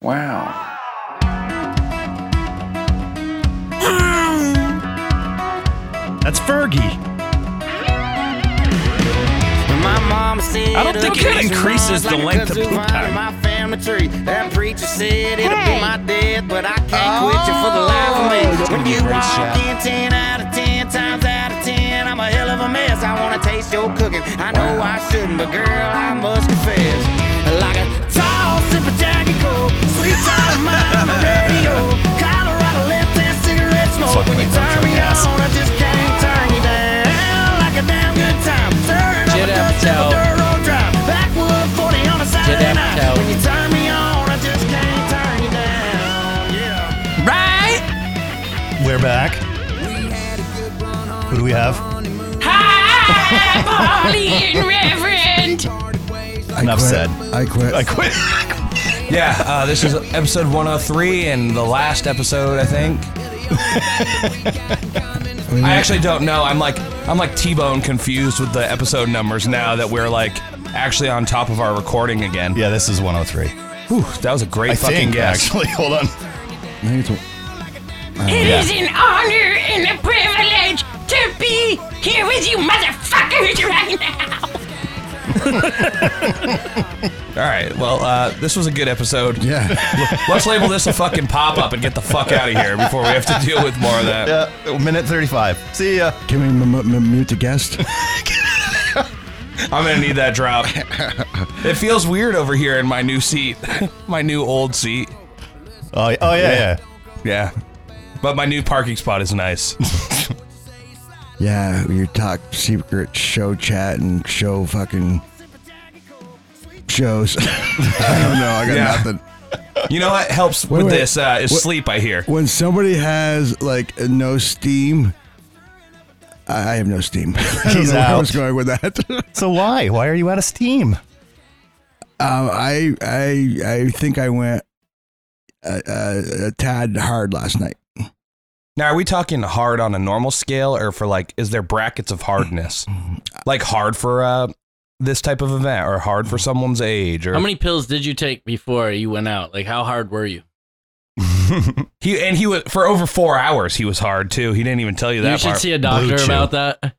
Wow. That's Fergie. I don't think it increases the length of poop time. My family tree. That preacher said it'll Hey. be my death, but I can't quit you for the life of me. When you walk in, ten out of ten times out of ten, I'm a hell of a mess. I wanna taste your cooking. I know I shouldn't, but girl, I must confess. Like a tall sip of Jack and Coke, sweet time of mine on the radio. Colorado left that cigarette smoke. When you turn me on, I just can't turn you down. Like a damn good time. Turn up Jet the Dutch Apatow. Elder Railroad Drive, Backwood 40 on a Saturday night. Apatow. When you turn me on, I just can't turn you down. Yeah. Right? We're back. Who do we have? Hi, I'm Holly and Reverend. I Enough quit. said. I quit. I quit. Yeah, uh, this is episode 103 and the last episode, I think. I actually don't know. I'm like I'm like T-Bone confused with the episode numbers now that we're like actually on top of our recording again. Yeah, this is 103. Whew, that was a great I fucking think, guess. actually. Hold I on. think it's- It Yeah. is an honor and a privilege to be here with you motherfuckers right now. All right. Well, uh, this was a good episode. yeah. Let's label this a fucking pop-up and get the fuck out of here before we have to deal with more of that. Yeah, minute 35. See ya. Can we m- m- m- mute the guest? I'm gonna need that drop. It feels weird over here in my new seat, my new old seat. Oh, y- oh yeah, yeah. Yeah, but my new parking spot is nice. yeah, you talk secret show chat and show fucking shows. I don't know. I got Yeah. nothing. You know what helps Wait, with wait. this uh, is What- sleep. I hear. When somebody has like no steam, I I have no steam. I don't He's know where I out. was going with that. So why? Why are you out of steam? Um, I I I think I went a, a, a tad hard last night. Now, are we talking hard on a normal scale, or for like, is there brackets of hardness? Like hard for uh, this type of event, or hard for someone's age, or How many pills did you take before you went out? Like, how hard were you? he and he was for over four hours. He was hard too. He didn't even tell you that You should part. see a Blue doctor Chew. about that. okay,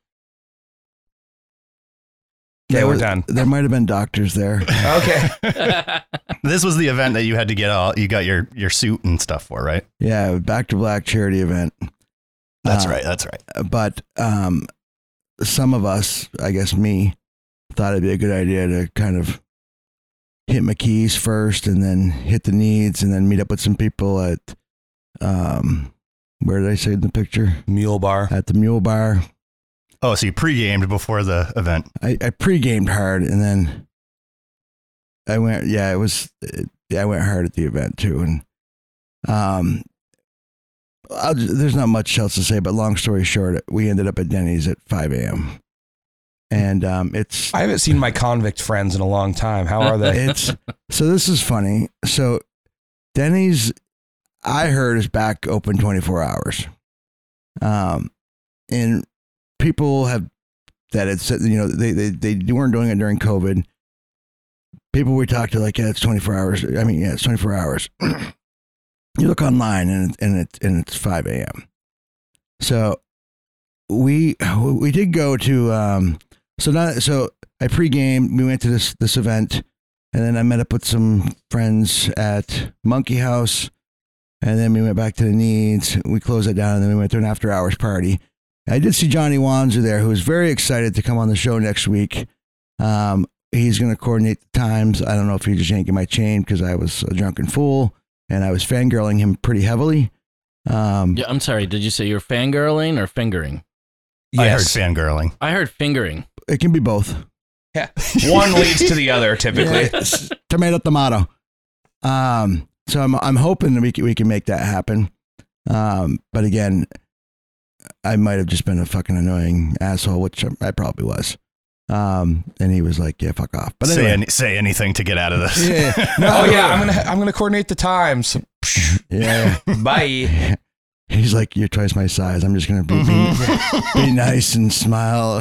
There we're was- done. There might have been doctors there. Okay. This was the event that you had to get all you got your your suit and stuff for, right? yeah, back to black charity event. That's Uh, right. That's right. But um, some of us, I guess me, thought it'd be a good idea to kind of hit McKee's first, and then hit the needs, and then meet up with some people at um, where did I say in the picture? Mule bar. At the Mule Bar. Oh, so you pre-gamed before the event. I, I pre-gamed hard and then I went yeah, it was it, yeah, I went hard at the event too and um I'll, ju- there's not much else to say but long story short we ended up at Denny's at 5 a.m. and um it's I haven't seen my convict friends in a long time. How are they? it's so this is funny so Denny's I heard is back open 24 hours um and people have that had said you know they, they they weren't doing it during COVID. People we talked to like yeah it's 24 hours. I mean yeah it's 24 hours. you look online and it, and it and it's 5 a.m. So we we did go to um so not so I pre-game we went to this this event and then I met up with some friends at Monkey House and then we went back to the needs. We closed it down and then we went to an after hours party. I did see Johnny Wanzer there, who is very excited to come on the show next week. Um, he's going to coordinate the times. I don't know if he just ain't get my chain because I was a drunken fool and I was fangirling him pretty heavily. Um, Yeah, I'm sorry. Did you say you're fangirling or fingering? I heard fangirling. I heard fingering. It can be both. Yeah. One leads to the other typically. It's tomato, tomato. Um, so I'm I'm hoping that we can, we can make that happen. Um, but again, I might have just been a fucking annoying asshole, which I probably was. Um, and he was like, "Yeah, fuck off." But say anyway, any, say anything to get out of this. yeah, Oh yeah, I'm gonna I'm gonna coordinate the times. yeah. Bye. He's like, "You're twice my size. I'm just gonna be, be, be nice and smile."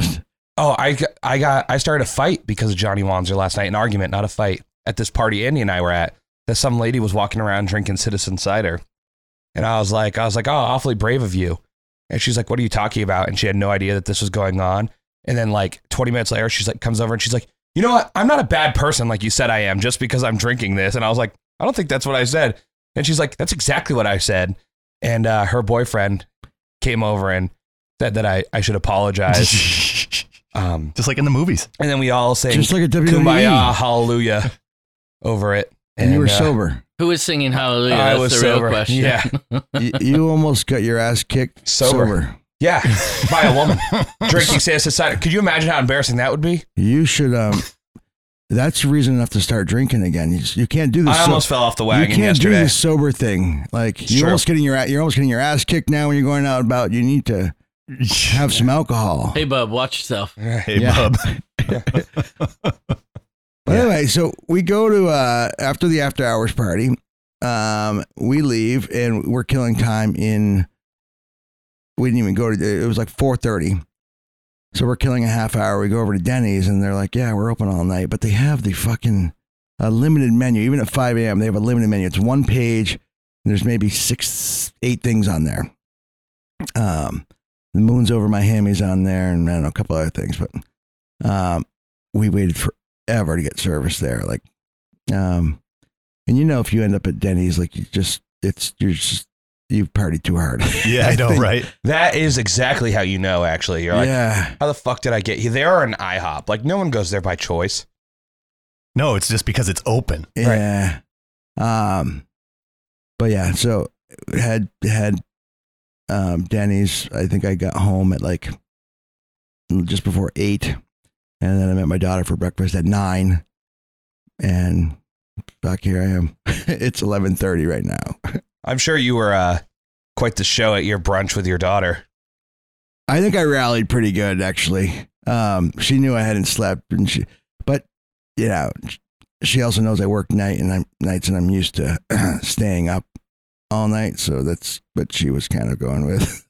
Oh, I got- I got I started a fight because of Johnny Wanzer last night. An argument, not a fight, at this party Andy and I were at. that some lady was walking around drinking citizen cider. And I was like, I was like, oh, awfully brave of you. And she's like, what are you talking about? And she had no idea that this was going on. And then like 20 minutes later, she's like, comes over and she's like, you know what? I'm not a bad person like you said I am just because I'm drinking this. And I was like, I don't think that's what I said. And she's like, that's exactly what I said. And uh, her boyfriend came over and said that I, I should apologize. Just um, like in the movies. and then we all sang Just like a WWE. Kumbaya, Hallelujah over it. and you were uh, sober. Who was singing Hallelujah? I That's was the sober. real question. Yeah. you, you almost got your ass kicked Sober. sober. Yeah, by a woman drinking citizen cider. Could you imagine how embarrassing that would be? You should. Um, that's reason enough to start drinking again. You, just- you can't do this. I almost fell off the you wagon can't yesterday. do the sober thing. Like you're Sure. almost getting your a- you're almost getting your ass kicked now when you're going out and about. You need to have some alcohol. Hey, bub, watch yourself. Hey, Yeah. bub. But anyway, so we go to uh, after the after hours party. Um, we leave and we're killing time in. We didn't even go to. It was like four thirty, so we're killing a half hour. We go over to Denny's and they're like, "Yeah, we're open all night," but they have the fucking a limited menu. Even at five a.m., they have a limited menu. It's one page. And there's maybe six, eight things on there. Um, the moon's over my hammy's on there, and I don't know a couple other things, but um, we waited for ever to get service there. Like, um, and you know, if you end up at Denny's, like you just, it's, you're just, you've partied too hard. Yeah, I know, think- right? That is exactly how you know. Actually, you're like, yeah. how the fuck did I get here? They are an IHOP. Like no one goes there by choice. No, it's just because it's open. Yeah. Um, but yeah, so had, had, um, Denny's, I think I got home at like just before eight. And then I met my daughter for breakfast at nine. And back here I am. it's 1130 right now. I'm sure you were uh, quite the show at your brunch with your daughter. I think I rallied pretty good actually. Um, she knew I hadn't slept, and she, but you know, she also knows I work night and I'm nights, and I'm used to staying up all night. So that's what she was kind of going with.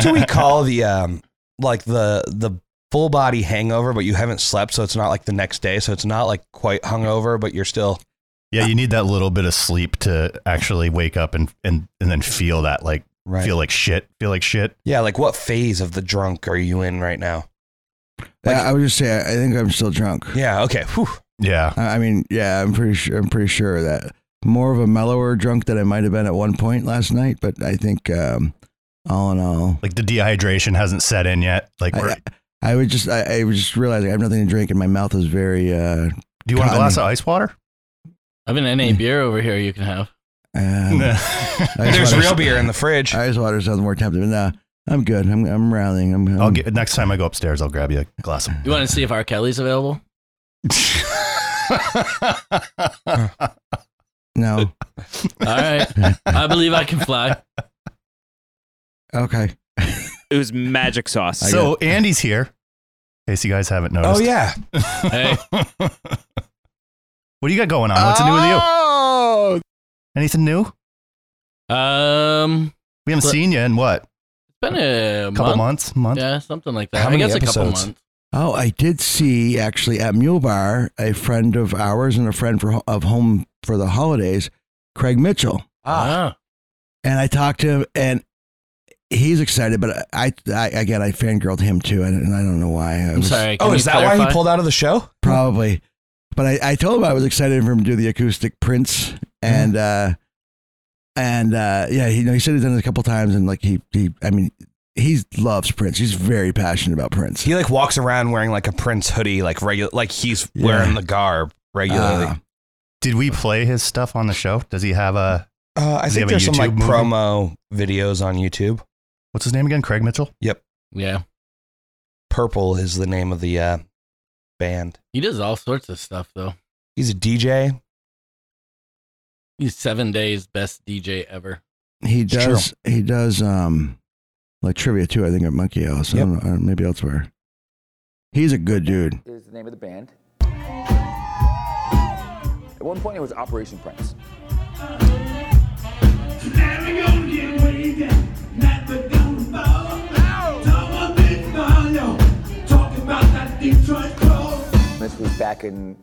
do we call the um, like the the full body hangover, but you haven't slept, so it's not like the next day, so it's not like quite hungover, but you're still Yeah, you need that little bit of sleep to actually wake up and and and then feel that like right. feel like shit, feel like shit. yeah, like what phase of the drunk are you in right now? Like- I, I would just say I, I think I'm still drunk. Yeah. Okay. Whew. Yeah, I, I mean, yeah, I'm pretty sure. I'm pretty sure of that more of a mellower drunk than I might have been at one point last night. But I think um, all in all, like the dehydration hasn't set in yet. Like, I- we're, I would just I, I was just realizing I have nothing to drink, and my mouth is very. Uh, do you want a God. glass of ice water? I have an NA beer over here you can have. um, I just There's wanna- real beer in the fridge. Ice water sounds more tempting. But nah, I'm good. I'm I'm rallying. I'm, I'm I'll get next time I go upstairs. I'll grab you a glass of. You want to see if R. Kelly's available? no. All right. I believe I can fly. Okay. It was magic sauce. I so Andy's here. In case you guys haven't noticed. Oh yeah. Hey, What do you got going on? What's new with you? Oh, Anything new? um, We haven't What? seen you in what? it's been a couple month. months? Month? Yeah, something like that. How I many guess a couple episodes? months. Oh, I did see actually at Mule Bar a friend of ours and a friend for, of home for the holidays, Craig Mitchell, Ah. Wow. and I talked to him and. He's excited, but I, I again I fangirled him too, and, and I don't know why. I I'm was- sorry. Can Oh, you is that clarify? why he pulled out of the show? probably. But I, I told him I was excited for him to do the acoustic Prince, and uh, and uh, yeah, he, you know, he said he's done it a couple times, and like he he, I mean, he loves Prince. He's very passionate about Prince. He like walks around wearing like a Prince hoodie, like regular, like he's Yeah. wearing the garb regularly. Uh, Did we play his stuff on the show? Does he have a Uh, I Does he think have a there's some YouTube like movie? promo videos on YouTube. what's his name again? Craig Mitchell? Yeah. Purple is the name of the uh, band. He does all sorts of stuff, though. He's a DJ. He's seven days best DJ ever. he It's does. He does. Um, like trivia too. I think at Monkey House. I Yep. don't know, or maybe elsewhere. He's a good dude. is the name of the band. At one point, it was Operation Prince. This was back in,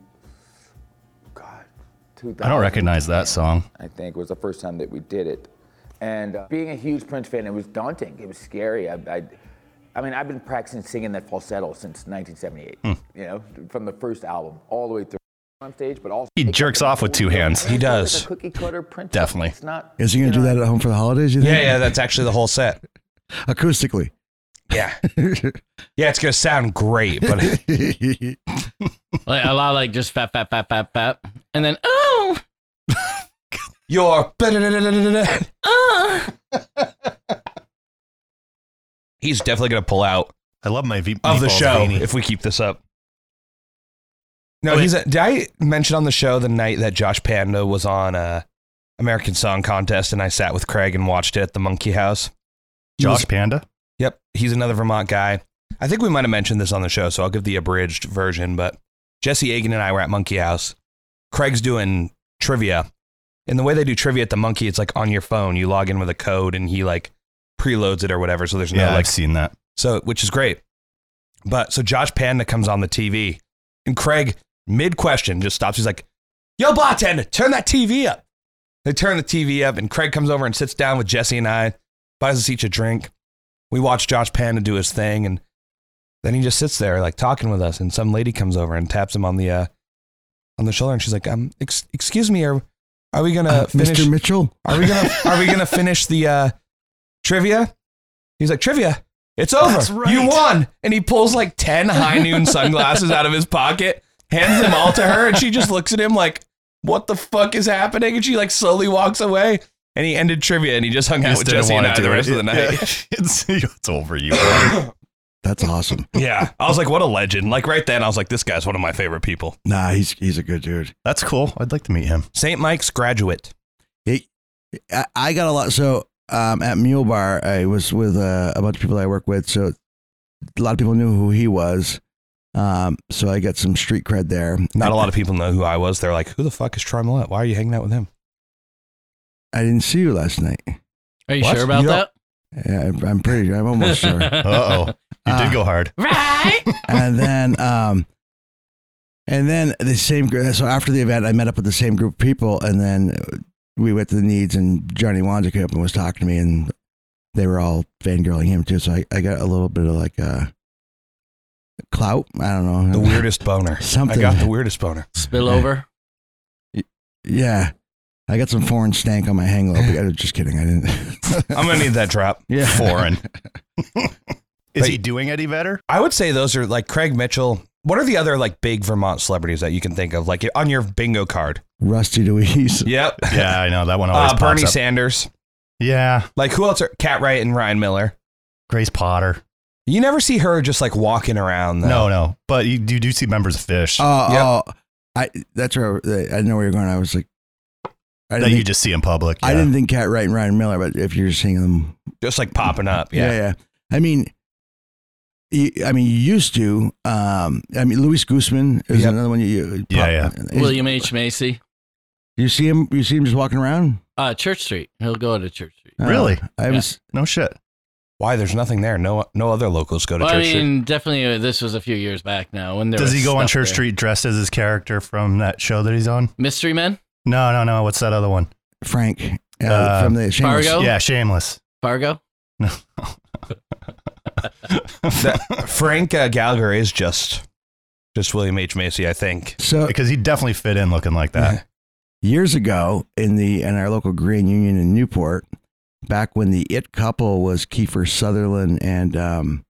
God, 2000. I don't recognize that song. I think was the first time that we did it. And uh, being a huge Prince fan, it was daunting. It was scary. I, I, I mean, I've been practicing singing that falsetto since 1978. Hmm. You know, from the first album all the way through on stage, but also He jerks off with two hands. He does. It's a cookie cutter Prince. Definitely. It's not. Is he going to do that at home for the holidays? You think? Yeah, yeah, that's actually the whole set. Acoustically. Yeah. Yeah, it's gonna sound great, but Like a lot of, like just fat, fat, fat, fat, fat, and then oh, you're Oh, he's definitely gonna pull out I love my v- of the meatballs show beanie. if we keep this up. No, Wait. he's. A, did I mention on the show the night that Josh Panda was on uh, American Song Contest, and I sat with Craig and watched it at the Monkey House. He Josh was- Panda. yep, he's another Vermont guy. I think we might have mentioned this on the show, so I'll give the abridged version. But Jesse Agan and I were at Monkey House. Craig's doing trivia, and the way they do trivia at the Monkey, it's like on your phone. You log in with a code, and he like preloads it or whatever. So there's no Yeah, like I've seen that. so, which is great. But so Josh Panda comes on the TV and Craig, mid question, just stops. He's like, Yo, bartender, turn that TV up. They turn the TV up and Craig comes over and sits down with Jesse and I, buys us each a drink. We watch Josh Panda do his thing and then he just sits there like talking with us. And some lady comes over and taps him on the, uh, on the shoulder and she's like, um, ex- excuse me, are, are we going to Uh, finish? Mr. Mitchell? Are we gonna Are we gonna finish the uh, trivia? He's like trivia. It's over. That's right. You won. And he pulls like ten high noon sunglasses out of his pocket, hands them all to her, and she just looks at him like, "What the fuck is happening?" And she like slowly walks away. And he ended trivia, and he just hung out with Jesse and I the rest of the night. it's, it's over you. bro. That's awesome. Yeah, I was like, "What a legend!" Like right then, I was like, "This guy's one of my favorite people." Nah, he's he's a good dude. That's cool. I'd like to meet him. St. Mike's graduate. He, I, I got a lot. So um, at Mule Bar, I was with uh, a bunch of people I work with. So a lot of people knew who he was. Um, so I got some street cred there. Not a lot of people know who I was. They're like, "Who the fuck is Troy Millette? Why are you hanging out with him?" I didn't see you last night. are you What? sure about You that? don't- Yeah, I'm- I'm pretty. I'm almost sure. Uh oh. You Ah. did go hard. right. and then um and then the same group so after the event i met up with the same group of people and then we went to the needs and johnny wanda came up and was talking to me and they were all fangirling him too so i, I got a little bit of like uh clout i don't know The weirdest boner. Something. I got the weirdest boner. spillover. yeah i got some foreign stank on my hangover i'm just kidding i didn't I'm gonna need that drop. yeah Foreign. Is But- he doing any better? I would say those are like Craig Mitchell. What are the other like big Vermont celebrities that you can think of, like on your bingo card? rusty deweese Yep. Yeah, I know that one always Uh, pops Bernie up. Sanders. yeah, Like who else? Are Cat Wright and Ryan Miller. Grace Potter. You never see her just like walking around. Though. No, no, but you, you do see members of Fish oh, Yep. oh i that's where i, I know where you're going i was like I that didn't, you think, just see in public. I yeah. didn't think Cat Wright and Ryan Miller, but if you're seeing them just like popping up. Yeah, Yeah. yeah. I mean, you, I mean, you used to. Um, I mean, Luis Guzman is Yep. another one. You, you Yeah, yeah. is- William H Macy, You see him? You see him just walking around? uh, Church Street. He'll go to Church Street. Uh, Really? I was. No shit. Why? There's nothing there. No, no other locals go to Well, I church. Street. mean, definitely uh, this was a few years back now. When there Does was he go on stuff Church there. Street dressed as his character from that show that he's on? Mystery Men, No, no, no. What's that other one? Frank uh, Uh, from the Shameless. Fargo? Yeah, Shameless. Fargo. That- Frank uh, Gallagher is just, just William H Macy, I think. So because he definitely fit in looking like that. years ago in the in our local Green Union in Newport, back when the it couple was Kiefer Sutherland and um,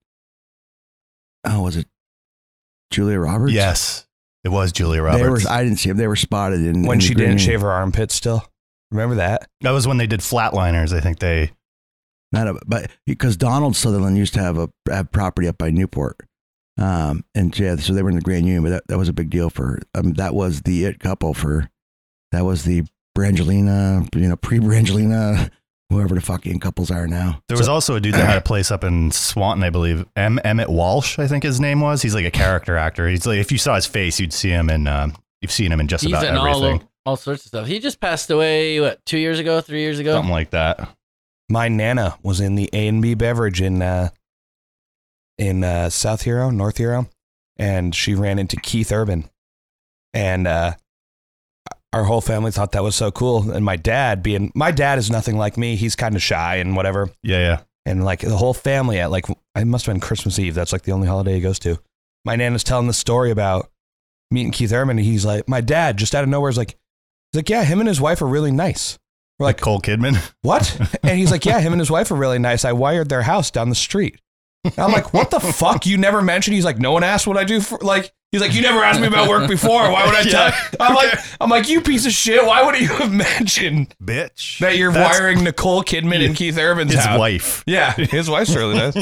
oh, was it Julia Roberts? yes, it was Julia They Roberts. were. I didn't see them. They were spotted in When in the she Green Union. didn't shave her armpits, still remember that? that was when they did Flatliners. I think they. Not a, but because Donald Sutherland used to have a have property up by Newport, um, and yeah, so they were in the Grand Union, but that, that was a big deal for um, that was the it couple for that was the Brangelina, you know, pre Brangelina, whoever the fucking couples are now. There was also a dude that had a place up in Swanton, I believe. M. Emmett Walsh, I think his name was. He's like a character actor. He's like, if you saw his face, you'd see him in. Um, you've seen him in just He's about in all everything. of, all sorts of stuff. He just passed away. What two years ago? Three years ago? Something like that. my nana was in the A and B beverage in uh, in uh, South Hero, North Hero, and she ran into Keith Urban, and uh, our whole family thought that was so cool. And my dad being my dad is nothing like me. He's kind of shy and whatever. Yeah, yeah. And like the whole family at like I must have been Christmas Eve. That's like the only holiday he goes to. My nan is telling the story about meeting Keith Ehrman. And he's like, my dad just out of nowhere is like, he's like, yeah, him and his wife are really nice. We're Like like, Cole Kidman. what? And he's like, yeah, him and his wife are really nice. I wired their house down the street. And I'm like, what the fuck? You never mentioned. He's like, no one asked what I do for. Like, he's like, you never asked me about work before. Why would I tell? Yeah. I'm like, I'm like, you piece of shit. Why would you have mentioned Bitch. that you're That's wiring Nicole Kidman and Keith Urban's his house? wife. Yeah, his wife's really nice.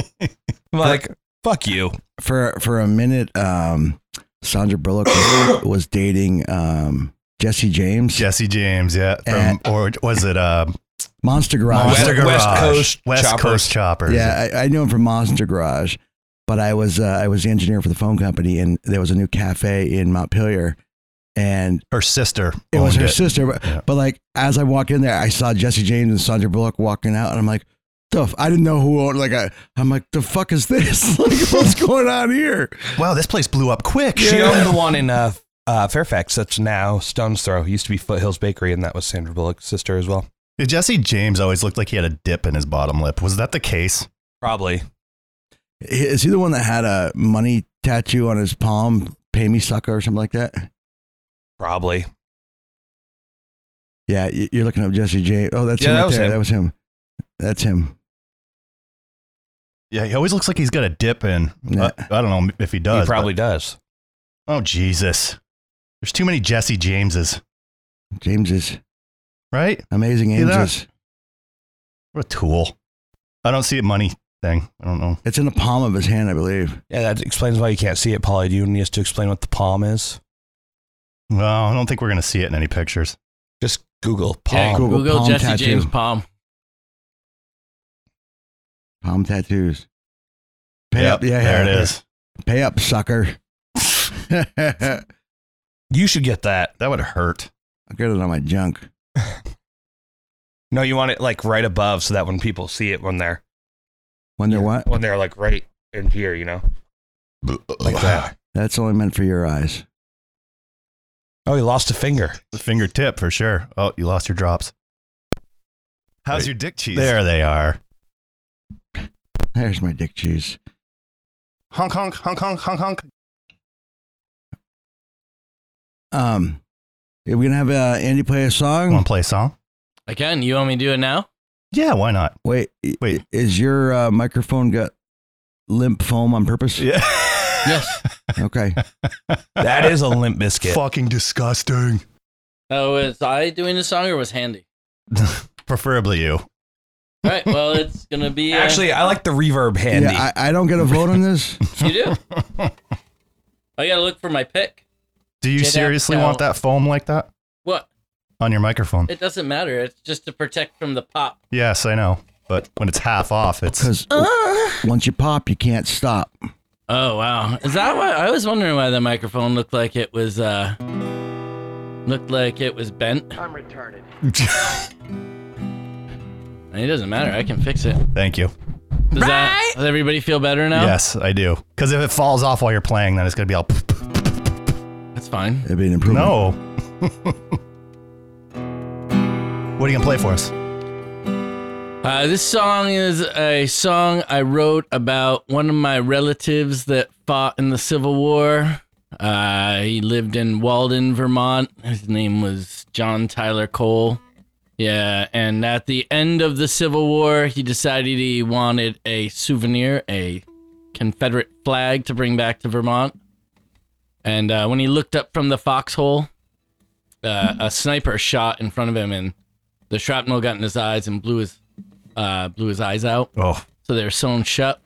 I'm like, fuck you. for for a minute, um, Sandra Bullock was, was dating um, Jesse James. Jesse James, yeah. From, or was it uh, Monster Garage. Monster West- West Garage? Coast West Choppers. Coast Choppers. Yeah, I, I knew him from Monster Garage, but I was uh, I was the engineer for the phone company, and there was a new cafe in Montpelier, and Her sister. it Oh, was owned her sister. But, Yeah. but like as I walk in there, I saw Jesse James and Sandra Bullock walking out, and I'm like, the f- I didn't know who owned. Like I, I'm like, the fuck is this? like, what's going on here? Wow, this place blew up quick. She owned the one in uh, uh, Fairfax that's now Stone's Throw. It used to be Foothills Bakery, and that was Sandra Bullock's sister as well. Yeah, Jesse James always looked like he had a dip in his bottom lip. Was that the case? Probably. Is he the one that had a money tattoo on his palm? Pay me sucker or something like that. Probably. Yeah, y- you're looking up Jesse James. Oh, that's Yeah, him. that Right was there. him. That was him. That's him. Yeah, he always looks like he's got a dip in. Yeah. Uh, I don't know if he does. he probably does. but- oh, Jesus. There's too many Jesse Jameses, James is right? amazing. See that? Angels. What a tool. I don't see a money thing. I don't know. It's in the palm of his hand, I believe. Yeah, that explains why you can't see it, Polly. Do you need us to explain what the palm is? Well, I don't think we're going to see it in any pictures. Just Google Yeah, palm. Google Google, palm Jesse tattoo. James palm. Palm tattoos. Pay Yep, up. Yeah, there yeah, it is. Pay up, sucker. I'll get You should get that. That would hurt. it on my junk. No, you want it like right above so that when people see it when they're Wonder what? when they're like right in here, you know? Like that. That's only meant for your eyes. Oh, he lost a finger. The fingertip for sure. Oh, you lost your drops. How's your dick cheese? There they are. There's my dick cheese. Honk, honk, honk, honk, honk, honk. Um, are we gonna have uh, Andy play a song? Want to play a song? Again, you want me to do it now? Yeah, why not? Wait, i- Wait. Is your uh, microphone got limp foam on purpose? Yeah. Yes. Okay. That is a limp biscuit. Fucking disgusting. Oh, was I doing the song or was Handy? Preferably you. All right. Well, it's gonna be uh, Actually, I like the reverb handy. Yeah, I, I don't get a vote on this. You do. I gotta look for my pick. Do you Did that seriously tell- want that foam like that What? on your microphone? It doesn't matter. It's just to protect from the pop. yes, I know. But when it's half off, it's Because once you pop, you can't stop. Oh wow! Is that why I was wondering why the microphone looked like it was uh looked like it was bent? I'm retarded. it doesn't matter. I can fix it. thank you. Does that? Does everybody feel better now? Yes, I do. Because if it falls off while you're playing, then it's gonna be all. That's fine. It'd be an improvement. No. what are you gonna play for us? Uh, this song is a song I wrote about one of my relatives that fought in the Civil War. Uh, he lived in Walden, Vermont. His name was John Tyler Cole. Yeah, and at the end of the Civil War, he decided he wanted a souvenir, a Confederate flag to bring back to Vermont. And uh, when he looked up from the foxhole, uh, a sniper shot in front of him, and the shrapnel got in his eyes and blew his uh, blew his eyes out. Oh, So they were sewn shut.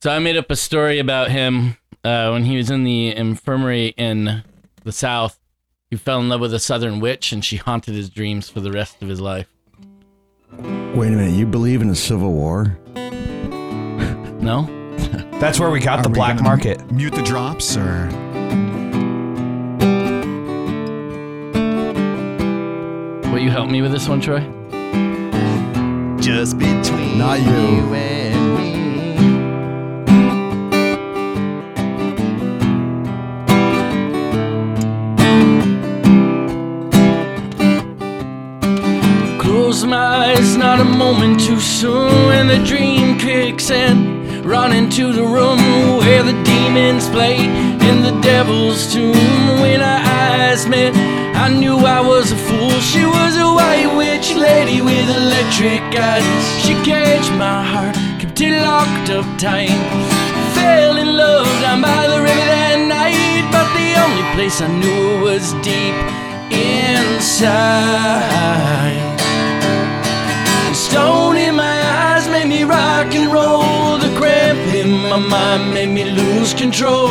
So I made up a story about him uh, when he was in the infirmary in the South. He fell in love with a Southern witch, and she haunted his dreams for the rest of his life. Wait a minute. You believe in a civil war? No, That's where we got the we black gonna- market. Mute the drops or will you help me with this one, Troy? just between. Not you. Close my eyes, not a moment too soon. When the dream kicks in, run into the room where the demons play in the devil's tomb. When our eyes met, I knew I was a fool. She was a white witch lady with electric eyes. She caged my heart, kept it locked up tight. Fell in love down by the river that night, but the only place I knew was deep inside. Stone in my eyes made me rock and roll. The cramp in my mind made me lose control.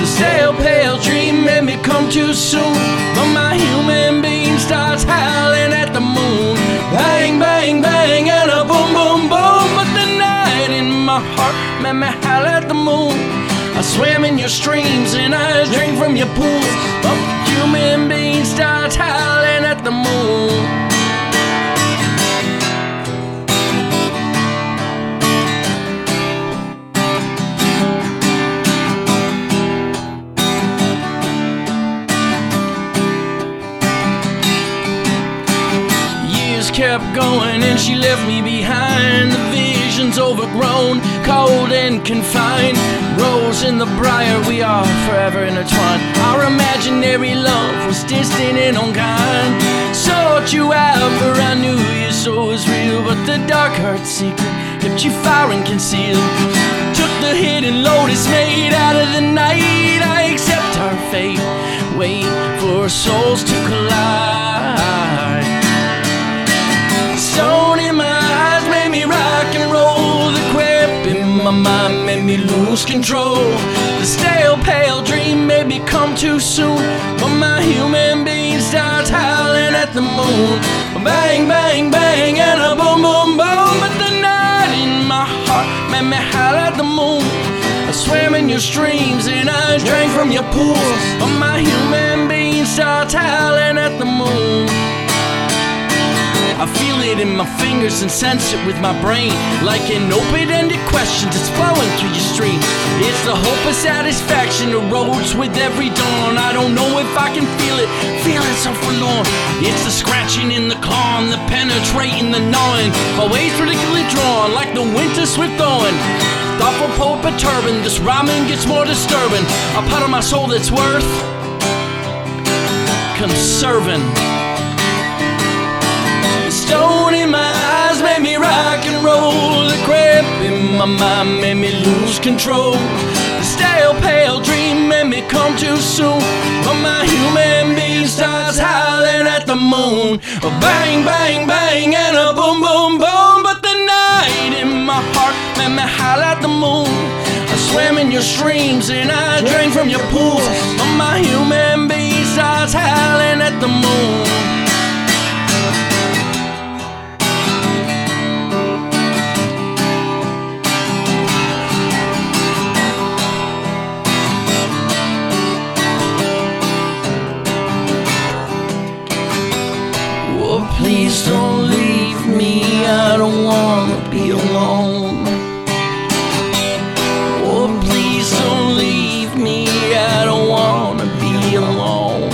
The stale pale dream made me come too soon. But my human being starts howling at the moon. Bang, bang, bang, and a boom, boom, boom. But the night in my heart made me howl at the moon. I swam in your streams and I drank from your pools. But the human being starts howling at the moon. Years kept going and she left me behind. The vision's overgrown, cold and confined. Rose in the briar, we are forever intertwined. Our imaginary love was distant and unkind. Sought you out, for I knew your soul was real. But the dark heart secret kept you far and concealed. Took the hidden lotus made out of the night. I accept our fate. Wait for souls to collide. Stone in my eyes made me rock and roll. The quip in my mind made me lose control. The stale pale dream made me come too soon. But my human being starts howling at the moon. Bang, bang, bang, and a boom, boom, boom. But the night in my heart made me howl at the moon. I swam in your streams and I drank from your pools. But my human being starts howling at the moon. I feel it in my fingers and sense it with my brain. Like an open ended question that's flowing through your stream. It's the hope of satisfaction that erodes with every dawn. I don't know if I can feel it, feeling so forlorn. It's the scratching in the calm, the penetrating, the gnawing. Always ridiculously drawn, like the winter swift thawing. Thoughtful poet perturbing, this rhyming gets more disturbing. A part of my soul that's worth conserving. Stone in my eyes made me rock and roll. The cramp in my mind made me lose control. The stale pale dream made me come too soon. But my human being starts howling at the moon. A bang, bang, bang, and a boom, boom, boom. But the night in my heart made me howl at the moon. I swam in your streams and I drank from your pools. But my human being starts howling at the moon. Oh, please don't leave me. I don't wanna be alone. Oh, please don't leave me. I don't wanna be alone.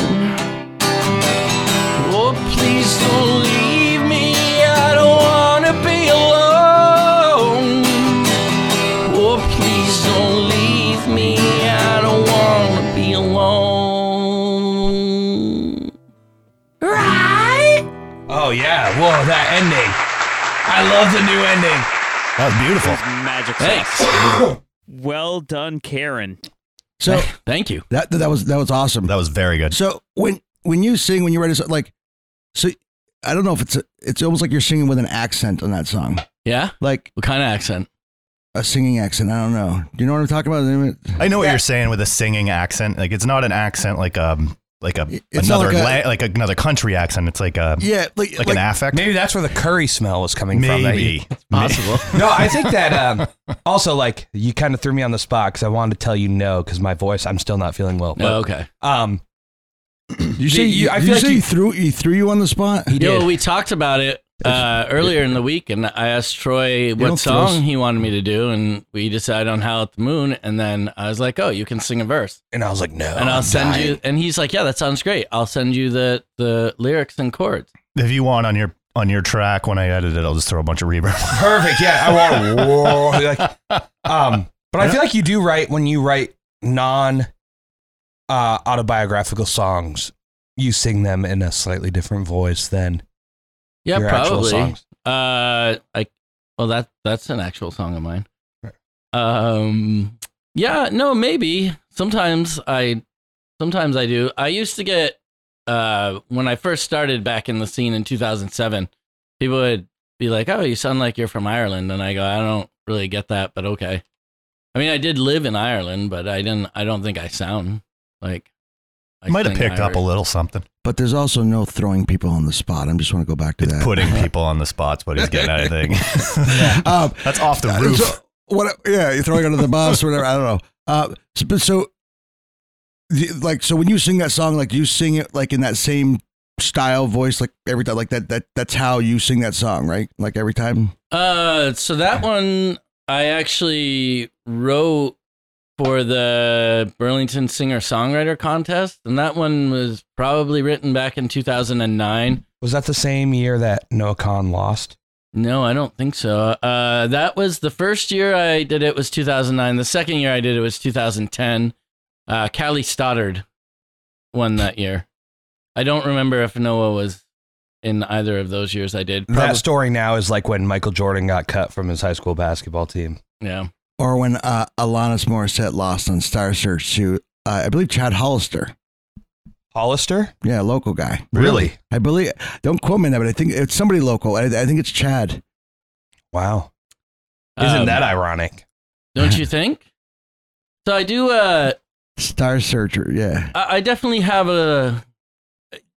Oh, please don't leave me. I don't wanna be alone. Oh, please don't leave me. I don't wanna be alone. Right? Oh yeah! Whoa, that ending! I love the new ending. That was beautiful. Magic Thanks. sauce. Well done, Karen. So Thank you. that that was that was awesome. That was very good. So when when you sing, when you write a song, like, so I don't know if it's a, it's almost like you're singing with an accent on that song, Yeah? like What kind of accent? a singing accent. I don't know. Do you know what I'm talking about? I know what you're saying with a singing accent. Like it's not an accent like um like a It's not another like like, la- like another country accent. It's like a Yeah, like like, an affect. Maybe that's where the curry smell was coming from. that you- Maybe. Possible. no, I think that um, also like you kind of threw me on the spot because I wanted to tell you no because my voice I'm still not feeling well. Oh, okay. But, um, You say you- you, I I feel like say you- he threw he threw you on the spot. he Yeah, did. well, we talked about it uh, earlier in the week, and I asked Troy don't what throw song us- he wanted me to do, and we decided on "Howl at the Moon." And then I was like, "Oh, you can sing a verse," and I was like, no. and I'll I'm send dying. you. And he's like, "Yeah, that sounds great. I'll send you the the lyrics and chords." If you want on your on your track when I edit it, I'll just throw a bunch of reverb. Perfect. Yeah, I want. Whoa, like, um, but I feel like you do write when you write non uh, autobiographical songs. You sing them in a slightly different voice than Yeah, your actual probably. songs. Uh, I well that that's an actual song of mine. Um, yeah, no, maybe sometimes I, sometimes I do. I used to get uh when I first started back in the scene in 2007, people would be like, "Oh, you sound like you're from Ireland," and I go, "I don't really get that, but okay." I mean, I did live in Ireland, but I didn't. I don't think I sound like. I Might have sing picked up a Irish. little something. But there's also no throwing people on the spot. I am just want to go back to that. Putting people on the spot's what he's getting at, I think. um, That's off the Uh, roof. so what? Yeah, you're throwing under the bus or whatever. I don't know. Uh, so, but so, the- like, so when you sing that song, like you sing it like in that same style, voice, like every time, like that. That that's how you sing that song, right? Like every time. Uh, so that one I actually wrote for the Burlington Singer Songwriter Contest, and that one was probably written back in 2009. Was that the same year that Noah Khan lost? No, I don't think so. Uh, that was the first year I did it was 2009. The second year I did it was 2010. Uh, Callie Stoddard won that year. I don't remember if Noah was in either of those years I did. That story now is like when Michael Jordan got cut from his high school basketball team. yeah. Or when uh, Alanis Morissette lost on Star Search to, uh, I believe Chad Hollister. Hollister? Yeah, local guy. Really? I believe. Don't quote me on that, but I think it's somebody local. I, I think it's Chad. Wow. Isn't Um, that ironic? Don't you think? So I do. Uh, Star Searcher. Yeah. I, I definitely have a.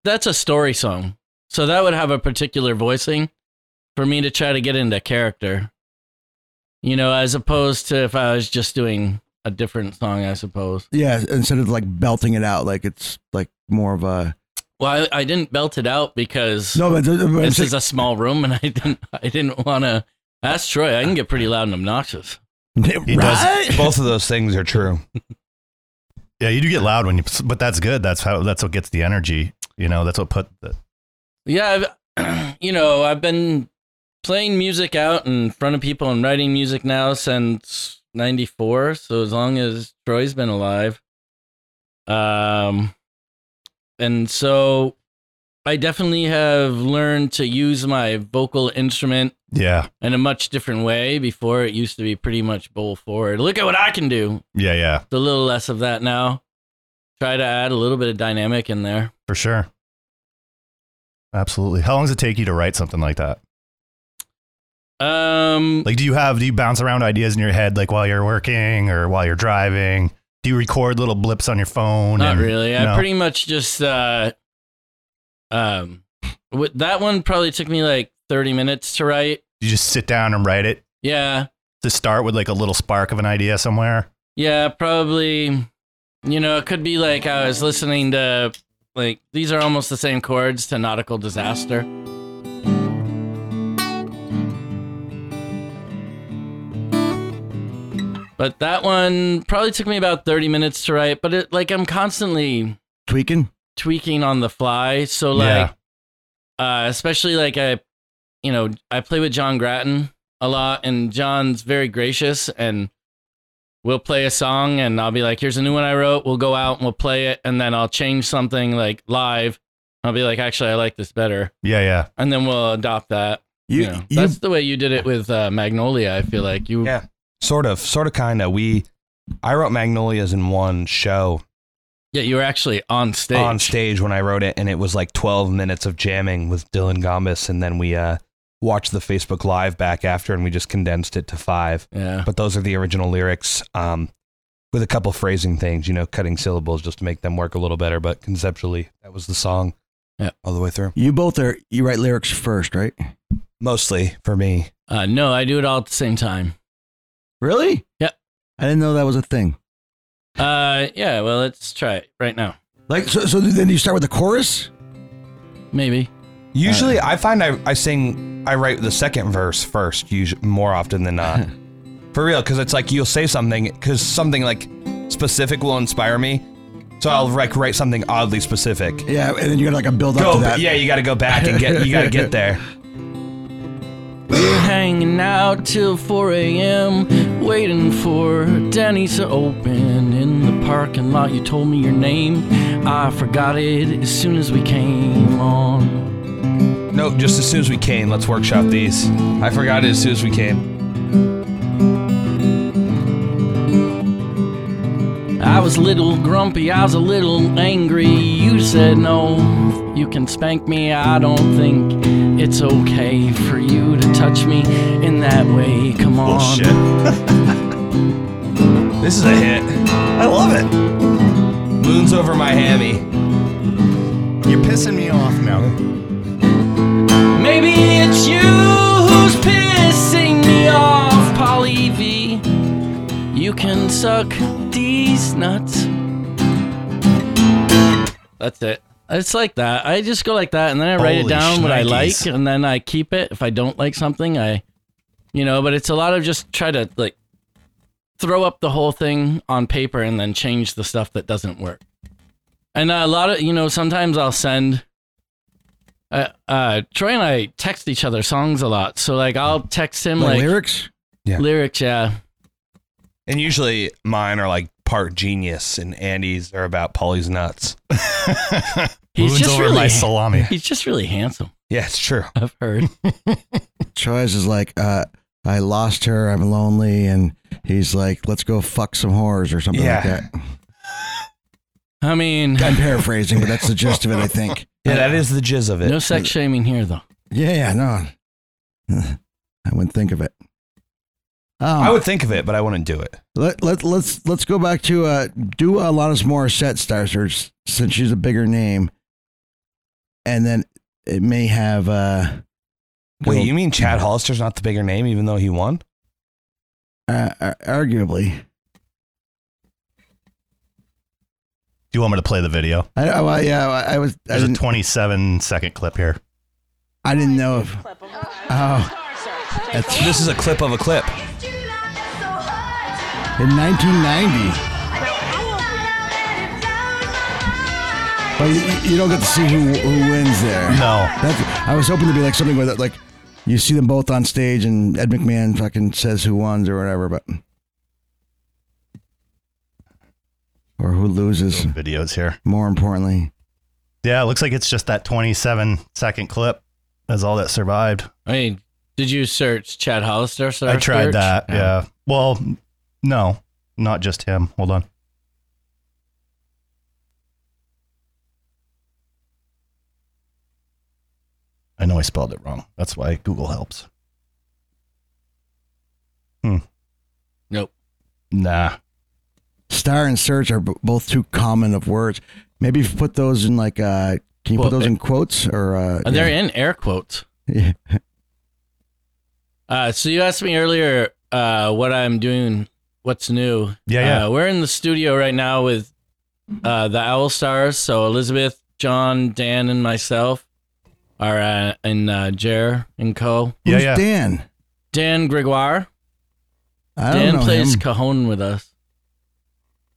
That's a story song, so that would have a particular voicing for me to try to get into character. You know, as opposed to if I was just doing a different song, I suppose. Yeah. Instead of like belting it out, like it's like more of a. Well, I, I didn't belt it out because No, but- but I'm this saying- is a small room, and I didn't. I didn't want to. Ask Troy. I can get pretty loud and obnoxious. He does. Both of those things are true. Yeah, you do get loud when you, but that's good. That's how. That's what gets the energy. You know, that's what put. The, Yeah, I've, you know, I've been playing music out in front of people and writing music now since '94. So as long as Troy's been alive, um, and so I definitely have learned to use my vocal instrument yeah, in a much different way. Before it used to be pretty much bowl forward. Look at what I can do. yeah, yeah, It's a little less of that now. Try to add a little bit of dynamic in there. for sure. Absolutely. How long does it take you to write something like that? Um, Like, do you have do you bounce around ideas in your head like while you're working or while you're driving? Do you record little blips on your phone? Not and- really. I No? pretty much just uh, um, with that one probably took me like thirty minutes to write. you just sit down and write it Yeah, to start with like a little spark of an idea somewhere. yeah, probably. You know, it could be like I was listening to like these are almost the same chords to Nautical Disaster. But that one probably took me about 30 minutes to write, but it like I'm constantly Tweaking. tweaking on the fly. So like, uh, especially like I, you know, I play with John Grattan a lot, and John's very gracious, and we'll play a song, and I'll be like, "Here's a new one I wrote." We'll go out and we'll play it, and then I'll change something like live. I'll be like, "Actually, I like this better," Yeah, yeah. and then we'll adopt that. You, You- know, you- that's the way you did it with uh, Magnolia. I feel like you. Yeah. Sort of, sort of, kind of. We, I wrote Magnolias in one show Yeah, you were actually on stage. on stage when I wrote it, and it was like 12 minutes of jamming with Dylan Gombas, and then we uh, watched the Facebook Live back after, and we just condensed it to five. Yeah. But those are the original lyrics, um, with a couple phrasing things, you know, cutting syllables just to make them work a little better. But conceptually, that was the song. Yeah. all the way through. You both are. You write lyrics first, right? Mostly for me. Uh, no, I do it all at the same time. Really? Yep. I didn't know that was a thing. Uh, yeah. Well, let's try it right now. Like so, so then you start with the chorus. Maybe. Usually, I find I, I sing, I write the second verse first, usually, more often than not. For real, because it's like you'll say something, because something like specific will inspire me. So I'll like write something oddly specific. Yeah, and then you got like a build up Go, to that. yeah, you got to go back and get, you got to get there. We were hanging out till 4 a.m., waiting for Denny's to open. In the parking lot, you told me your name. I forgot it as soon as we came on. No, just as soon as we came, let's workshop these. I forgot it as soon as we came. I was little grumpy, I was a little angry. You said no, you can spank me. I don't think it's okay for you to touch me in that way. Come on. This is a hit. I love it. Moons over my hammy. You're pissing me off now. Maybe it's you who's pissing me off, Polly V. You can suck these nuts. That's it. It's like that. I just go like that, and then I write it Holy down what I like, shnikes. and then I keep it. If I don't like something, I, you know, but it's a lot of just try to like throw up the whole thing on paper and then change the stuff that doesn't work. And uh, a lot of, you know, sometimes I'll send uh, uh, Troy and I text each other songs a lot. So like I'll text him Like like, lyrics? Yeah. lyrics, yeah. And usually mine are like part genius, and Andy's are about Polly's nuts. He's Moons just over really my salami. He's just really handsome. Yeah, it's true. I've heard. Choice is like, uh, I lost her. I'm lonely, and he's like, let's go fuck some whores or something like Yeah. that. I mean, I'm paraphrasing, but that's the gist of it, I think. Yeah, that is the jizz of it. no sex shaming here though. Yeah, yeah, no. I wouldn't think of it. Um, I would think of it, but I wouldn't do it. Let, let, let's let's go back to uh, do Alanis Morissette Star Search since she's a bigger name, and then it may have. Uh, Wait, you mean Chad Hollister's not the bigger name, even though he won? uh, ar- arguably, Do you want me to play the video? I, I well, yeah, I, I was I There's a didn't, 27 second clip here. I didn't know if oh that's This is a clip of a clip. in 1990, but you, you don't get to see who who wins there. No. That's, I was hoping to be like something where that like you see them both on stage and Ed McMahon fucking says who wins or whatever, but or who loses. Videos here. More importantly, Yeah, it looks like it's just that 27 second clip. That's all that survived. I mean, did you search Chad Hollister? Star I tried Search? that. Yeah. Well, no, not just him. Hold on. I know I spelled it wrong. That's why Google helps. Hmm. Nope. Nah. star and search are b- both too common of words. Maybe if you put those in like uh, can you Well, eh, put those it- in quotes or uh, Uh, They're in air quotes. yeah. Uh, so you asked me earlier uh, what I'm doing, what's new. Yeah, yeah. Uh, we're in the studio right now with uh, the Owl Stars. So Elizabeth, John, Dan, and myself are uh, and uh, Jer and Co. Yeah, Who's yeah. Dan? Dan Gregoire. I don't Dan know plays him. Cajon with us.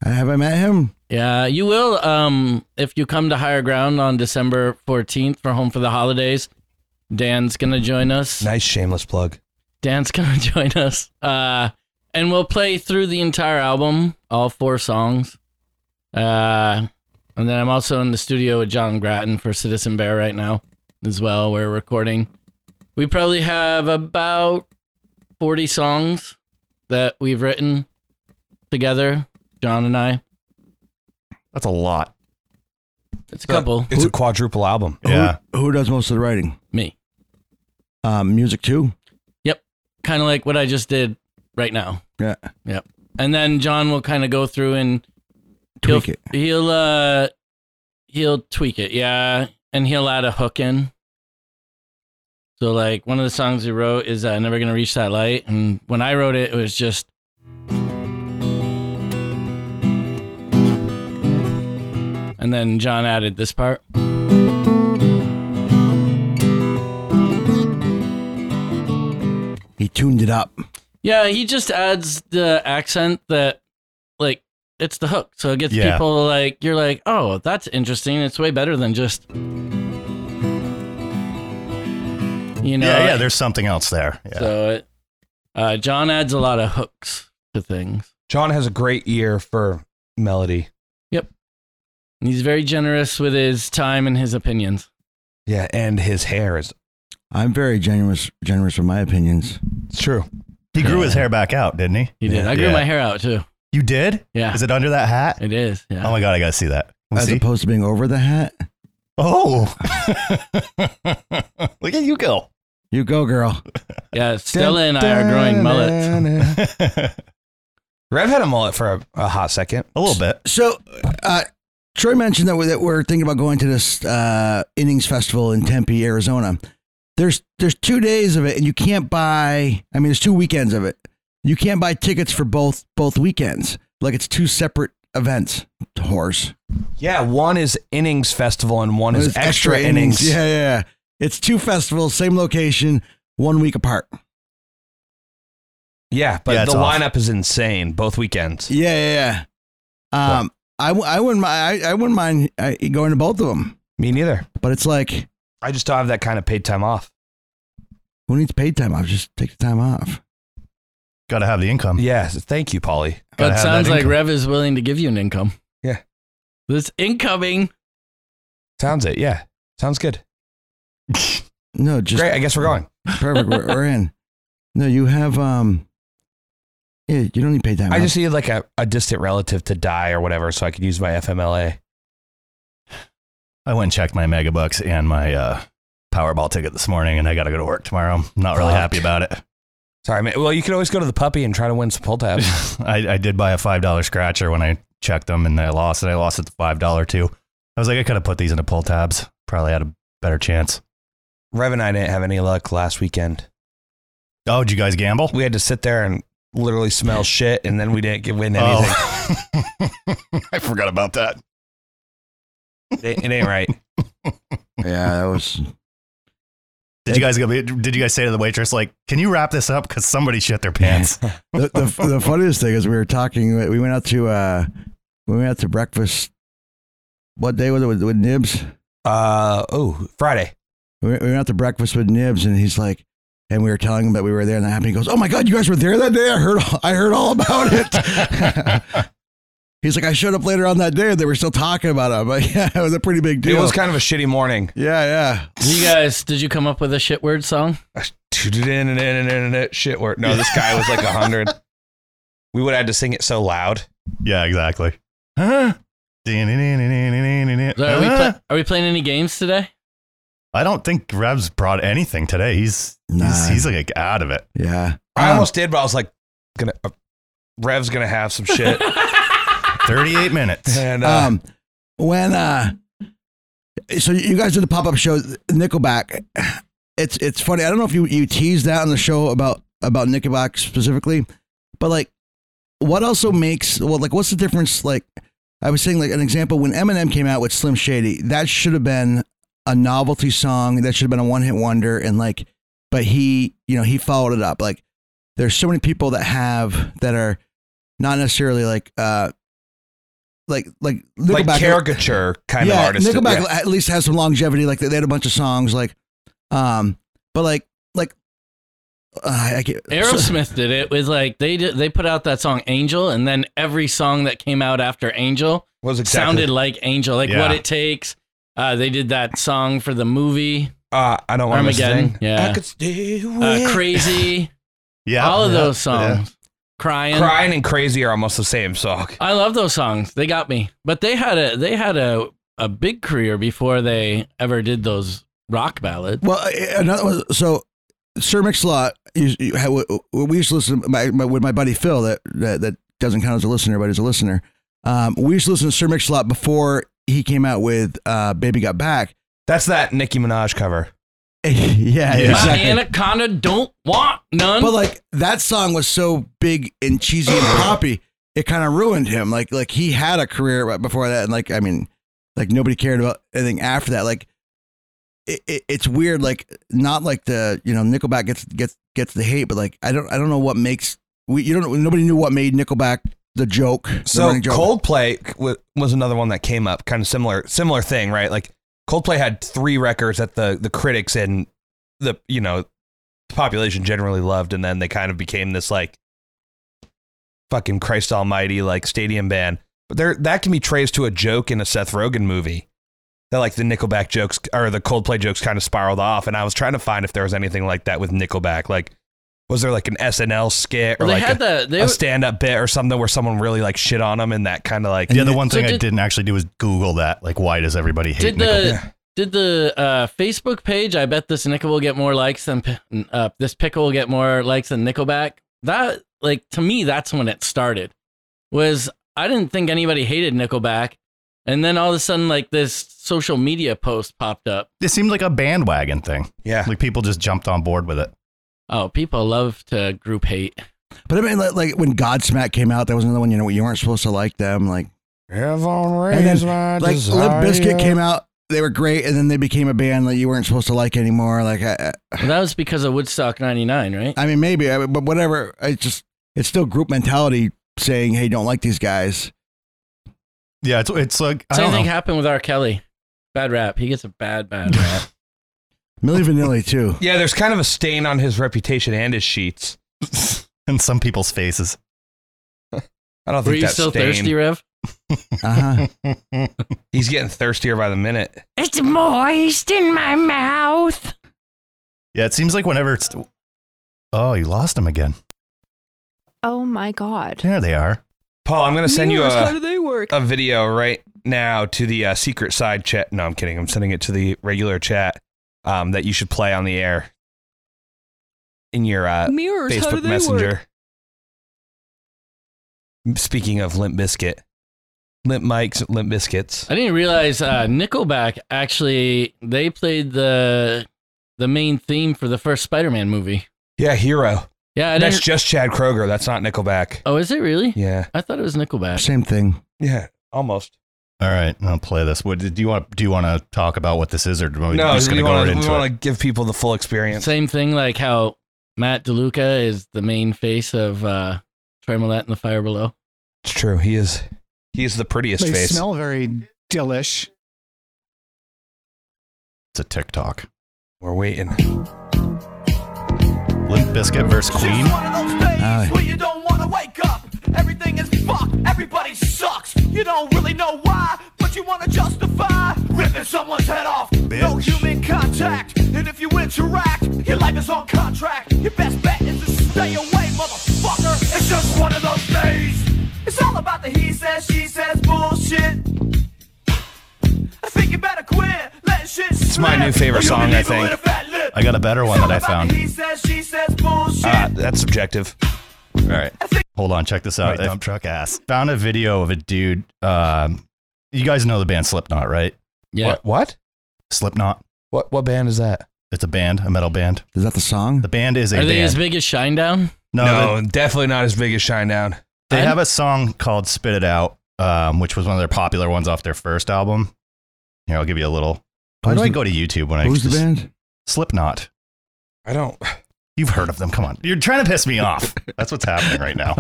Have I met him? Yeah, you will um, if you come to Higher Ground on December 14th for Home for the Holidays. Dan's gonna join us. Nice shameless plug. Dan's gonna join us. Uh, and we'll play through the entire album, all four songs. Uh, and then I'm also in the studio with John Grattan for Citizen Bear right now as well. We're recording. We probably have about 40 songs that we've written together, John and I. That's a lot. It's a couple. It's a quadruple album. Yeah. Who, who does most of the writing? Me. Um, music too. Yep. Kind of like what I just did right now. Yeah. Yep. And then John will kind of go through and Tweak he'll, it. He'll uh he'll tweak it, yeah, and he'll add a hook in. So like one of the songs he wrote is uh, "Never Gonna Reach That Light," and when I wrote it, it was just. And then John added this part. He tuned it up. Yeah, he just adds the accent that, like, it's the hook. So it gets Yeah. people like, you're like, oh, that's interesting. It's way better than just. You know, yeah, yeah, there's something else there. Yeah. So it, uh, John adds a lot of hooks to things. John has a great ear for melody. Yep. And he's very generous with his time and his opinions. Yeah, and his hair is I'm very generous generous with my opinions. it's true. He grew his hair back out, didn't he? He did. I grew Yeah. my hair out too. You did? Yeah. Is it under that hat? It is. Yeah. Oh my god, I gotta see that. Let me As see. opposed to being over the hat. oh, look at you go. You go, girl. yeah. Stella and I are growing mullets. mullets. a Rev had a mullet for a, a hot second. little bit. So, uh, Troy mentioned that we're, that we're thinking about going to this uh, innings festival in Tempe, Arizona. There's there's two days of it, and you can't buy. I mean, there's two weekends of it. You can't buy tickets for both both weekends. Like it's two separate events. Horse. Yeah, one is innings festival and one is There's extra, innings. Yeah, yeah, yeah. It's two festivals, same location, one week apart. Yeah, but Yeah, it's the off. lineup is insane both weekends. Yeah, yeah, yeah. Um, I, w- I wouldn't mi- I, I wouldn't mind uh, going to both of them, Me neither. but it's like I just don't have that kind of paid time off. who needs paid time off? Just take the time off. Gotta have the income. Yeah, thank you, Polly. Gotta But have sounds that like income. Rev is willing to give you an income. Yeah. This incoming. Sounds it. Yeah, sounds good. No, just Great. I guess we're going. perfect. we're, we're in. No, you have um. Yeah, you don't need paid time. I off. just need like a, a distant relative to die or whatever, so I could use my FMLA. I went and checked my megabucks and my uh, Powerball ticket this morning, and I gotta go to work tomorrow. I'm not really Fuck. happy about it. Sorry, man. Well, you could always go to the puppy and try to win some pull tabs. I, I did buy a five dollar scratcher when I checked them, and I lost, and I lost at the five dollar too. I was like, I could have put these into pull tabs. Probably had a better chance. Rev and I didn't have any luck last weekend. Oh, did you guys gamble? We had to sit there and literally smell shit, and then we didn't get win anything. Oh. I forgot about that. It, it ain't right. yeah, that was Did you guys go? Did you guys say to the waitress like, "Can you wrap this up? Because somebody shit their pants." the, the the funniest thing is we were talking. We went out to uh, we went out to breakfast. What day was it with, with Nibs? Uh oh, Friday. We we went out to breakfast with Nibs, and he's like, and we were telling him that we were there, and that happened. He goes, "Oh my god, you guys were there that day! I heard, I heard all about it." he's like, "I showed up later on that day, and they were still talking about it." But yeah, it was a pretty big deal. It was kind of a shitty morning. yeah, You guys, did you come up with a shit word song? Shit work. No, this guy was like a hundred. We would have had to sing it so loud. yeah, exactly. Huh? So are, we Huh? pla- are we playing any games today? I don't think Rev's brought anything today. He's he's, Nah. he's like out of it. yeah, yeah. I Um, almost did, but I was like, gonna uh, Rev's gonna have some shit. Thirty-eight minutes. and uh, Um, when uh, so you guys did the pop up show Nickelback. It's it's funny. I don't know if you you teased that on the show about about Nickelback specifically, but like, what also makes well like what's the difference? Like, I was saying like an example when Eminem came out with Slim Shady, that should have been a novelty song. That should have been a one hit wonder, and like, but he you know he followed it up. Like, there's so many people that have that are not necessarily like uh like like like Nickelback- caricature kind yeah, of artist. Nickelback Yeah. at least has some longevity. Like they they had a bunch of songs, like, um, but like like uh, I can't, Aerosmith did it with like they did, they put out that song Angel, and then every song that came out after Angel was exactly, sounded like Angel, like What Yeah. It Takes. Uh, they did that song for the movie Uh, I don't want to Armageddon, sing. yeah. I could stay uh, with- Crazy, Yeah, all of yeah, those songs, crying. Crying and crazy are almost the same song. I love those songs. They got me. But they had a they had a a big career before they ever did those rock ballads. Well, uh, another one. So, Sir Mix-a-Lot. You, you, had- we used to listen to my, my, with my buddy Phil. That, that that doesn't count as a listener, but is a listener. Um, we used to listen to Sir Mix-a-Lot before he came out with uh, "Baby Got Back." That's that Nicki Minaj cover. yeah, Yeah. My exactly. anaconda don't want none. But like that song was so big and cheesy and poppy, it kind of ruined him. Like like he had a career right before that, and like I mean, like nobody cared about anything after that. Like it, it, it's weird. Like not like the you know Nickelback gets gets gets the hate, but like I don't I don't know what makes we you don't nobody knew what made Nickelback the joke. the So running joke. Coldplay w- was another one that came up, kind of similar, similar thing, right? Like Coldplay had three records that the the critics and the you know the population generally loved, and then they kind of became this like fucking Christ Almighty like stadium band. But there that can be traced to a joke in a Seth Rogen movie. That like the Nickelback jokes or the Coldplay jokes kind of spiraled off, and I was trying to find if there was anything like that with Nickelback. Like, was there like an SNL skit or Well, they like had a, the- they a were- stand-up bit or something where someone really like shit on them and that kind of like The other one thing I did- didn't actually do was Google that. Like, why does everybody hate Did Nickelback? the did the uh, Facebook page? I bet this nickel will get more likes than P- uh, this pickle will get more likes than Nickelback. That like to me, that's when it started. Was I didn't think anybody hated Nickelback, and then all of a sudden, like this social media post popped up. It seemed like a bandwagon thing. Yeah, like people just jumped on board with it. Oh, people love to group hate. But I mean, like, like when Godsmack came out, that was another one. You know, you weren't supposed to like them. Like, and then, like Limp Biscuit came out, they were great, and then they became a band that you weren't supposed to like anymore. Like, I, I- Well, that was because of Woodstock '99, right? I mean, maybe, I, but whatever. I just it's still group mentality saying, "Hey, don't like these guys." Yeah, it's it's like I Same don't thing know. happened with R. Kelly. Bad rap. He gets a bad bad rap. Millie Vanilli too. Yeah, there's kind of a stain on his reputation and his sheets. In some people's faces. I don't Were think you that's still stain. thirsty, Rev? Uh huh. He's getting thirstier by the minute. It's moist in my mouth. Yeah, it seems like whenever it's oh, you lost them again. Oh my god. There they are. Paul, I'm gonna send you Mirrors, how do a, they work? a video right now to the uh, secret side chat. No, I'm kidding. I'm sending it to the regular chat um, that you should play on the air in your uh, Mirrors, how do Facebook they Messenger. work? Speaking of Limp Biscuit, Limp Mike's Limp Biscuits. I didn't realize uh, Nickelback actually they played the the main theme for the first Spider-Man movie. Yeah, Hero. Yeah, I That's didn't. just Chad Kroger. That's not Nickelback. Oh, is it really? Yeah. I thought it was Nickelback. Same thing. Yeah. Almost. All right, I'll play this. What do you want? Do you want to talk about what this is, or do we No, we're just we going to go right into want to it? give people the full experience. Same thing, like how Matt DeLuca is the main face of uh, Tremolette and the Fire Below. It's true. He is. He is the prettiest They face. smell very dillish. It's a TikTok. We're waiting. Limp Biscuit versus Queen. Uh, You don't wanna wake up. Everything is fucked. Everybody sucks. You don't really know why, but you wanna justify ripping someone's head off. No Bitch. human contact. And if you interact, your life is on contract. Your best bet is to stay away, motherfucker. It's just one of those days. It's all about the he says, she says bullshit. I think you better quit. Let shit It's my new favorite song, I think. I got a better one that I found. Uh, He says, she says bullshit. Ah, that's subjective. All right, hold on. Check this out. I dump truck ass. found a video of a dude. Um, you guys know the band Slipknot, right? Yeah, What, what? Slipknot. What? What band is that? It's a band, a metal band. is that the song? The band is a are band. they as big as Shinedown? no, No, the- definitely not as big as Shinedown. they I'm- have a song called "Spit It Out," um, which was one of their popular ones off their first album. Here, I'll give you a little. Why Who's do I the- go to YouTube when I Who's the just- band? Slipknot. I don't. You've heard of them. Come on. You're trying to piss me off. That's what's happening right now.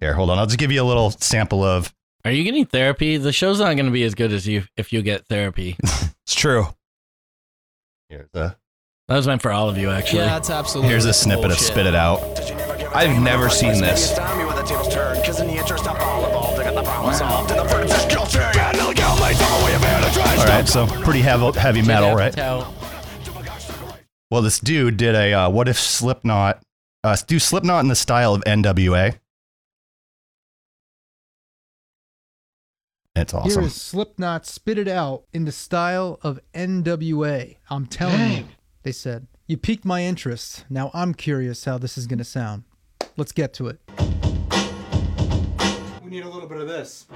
Here, hold on. I'll just give you a little sample of. Are you getting therapy? The show's not going to be as good as you if you get therapy. It's true. Here's a, That was meant for all of you, actually. that's absolutely. here's a snippet of Spit It Out. I've never seen this. All right. So pretty heavy, heavy metal, right? Tell- Well, this dude did a uh, what if Slipknot, uh, do Slipknot in the style of NWA. It's awesome. Here is Slipknot spit it out in the style of NWA. I'm telling you, they said. You piqued my interest. Now I'm curious how this is going to sound. Let's get to it. We need a little bit of this.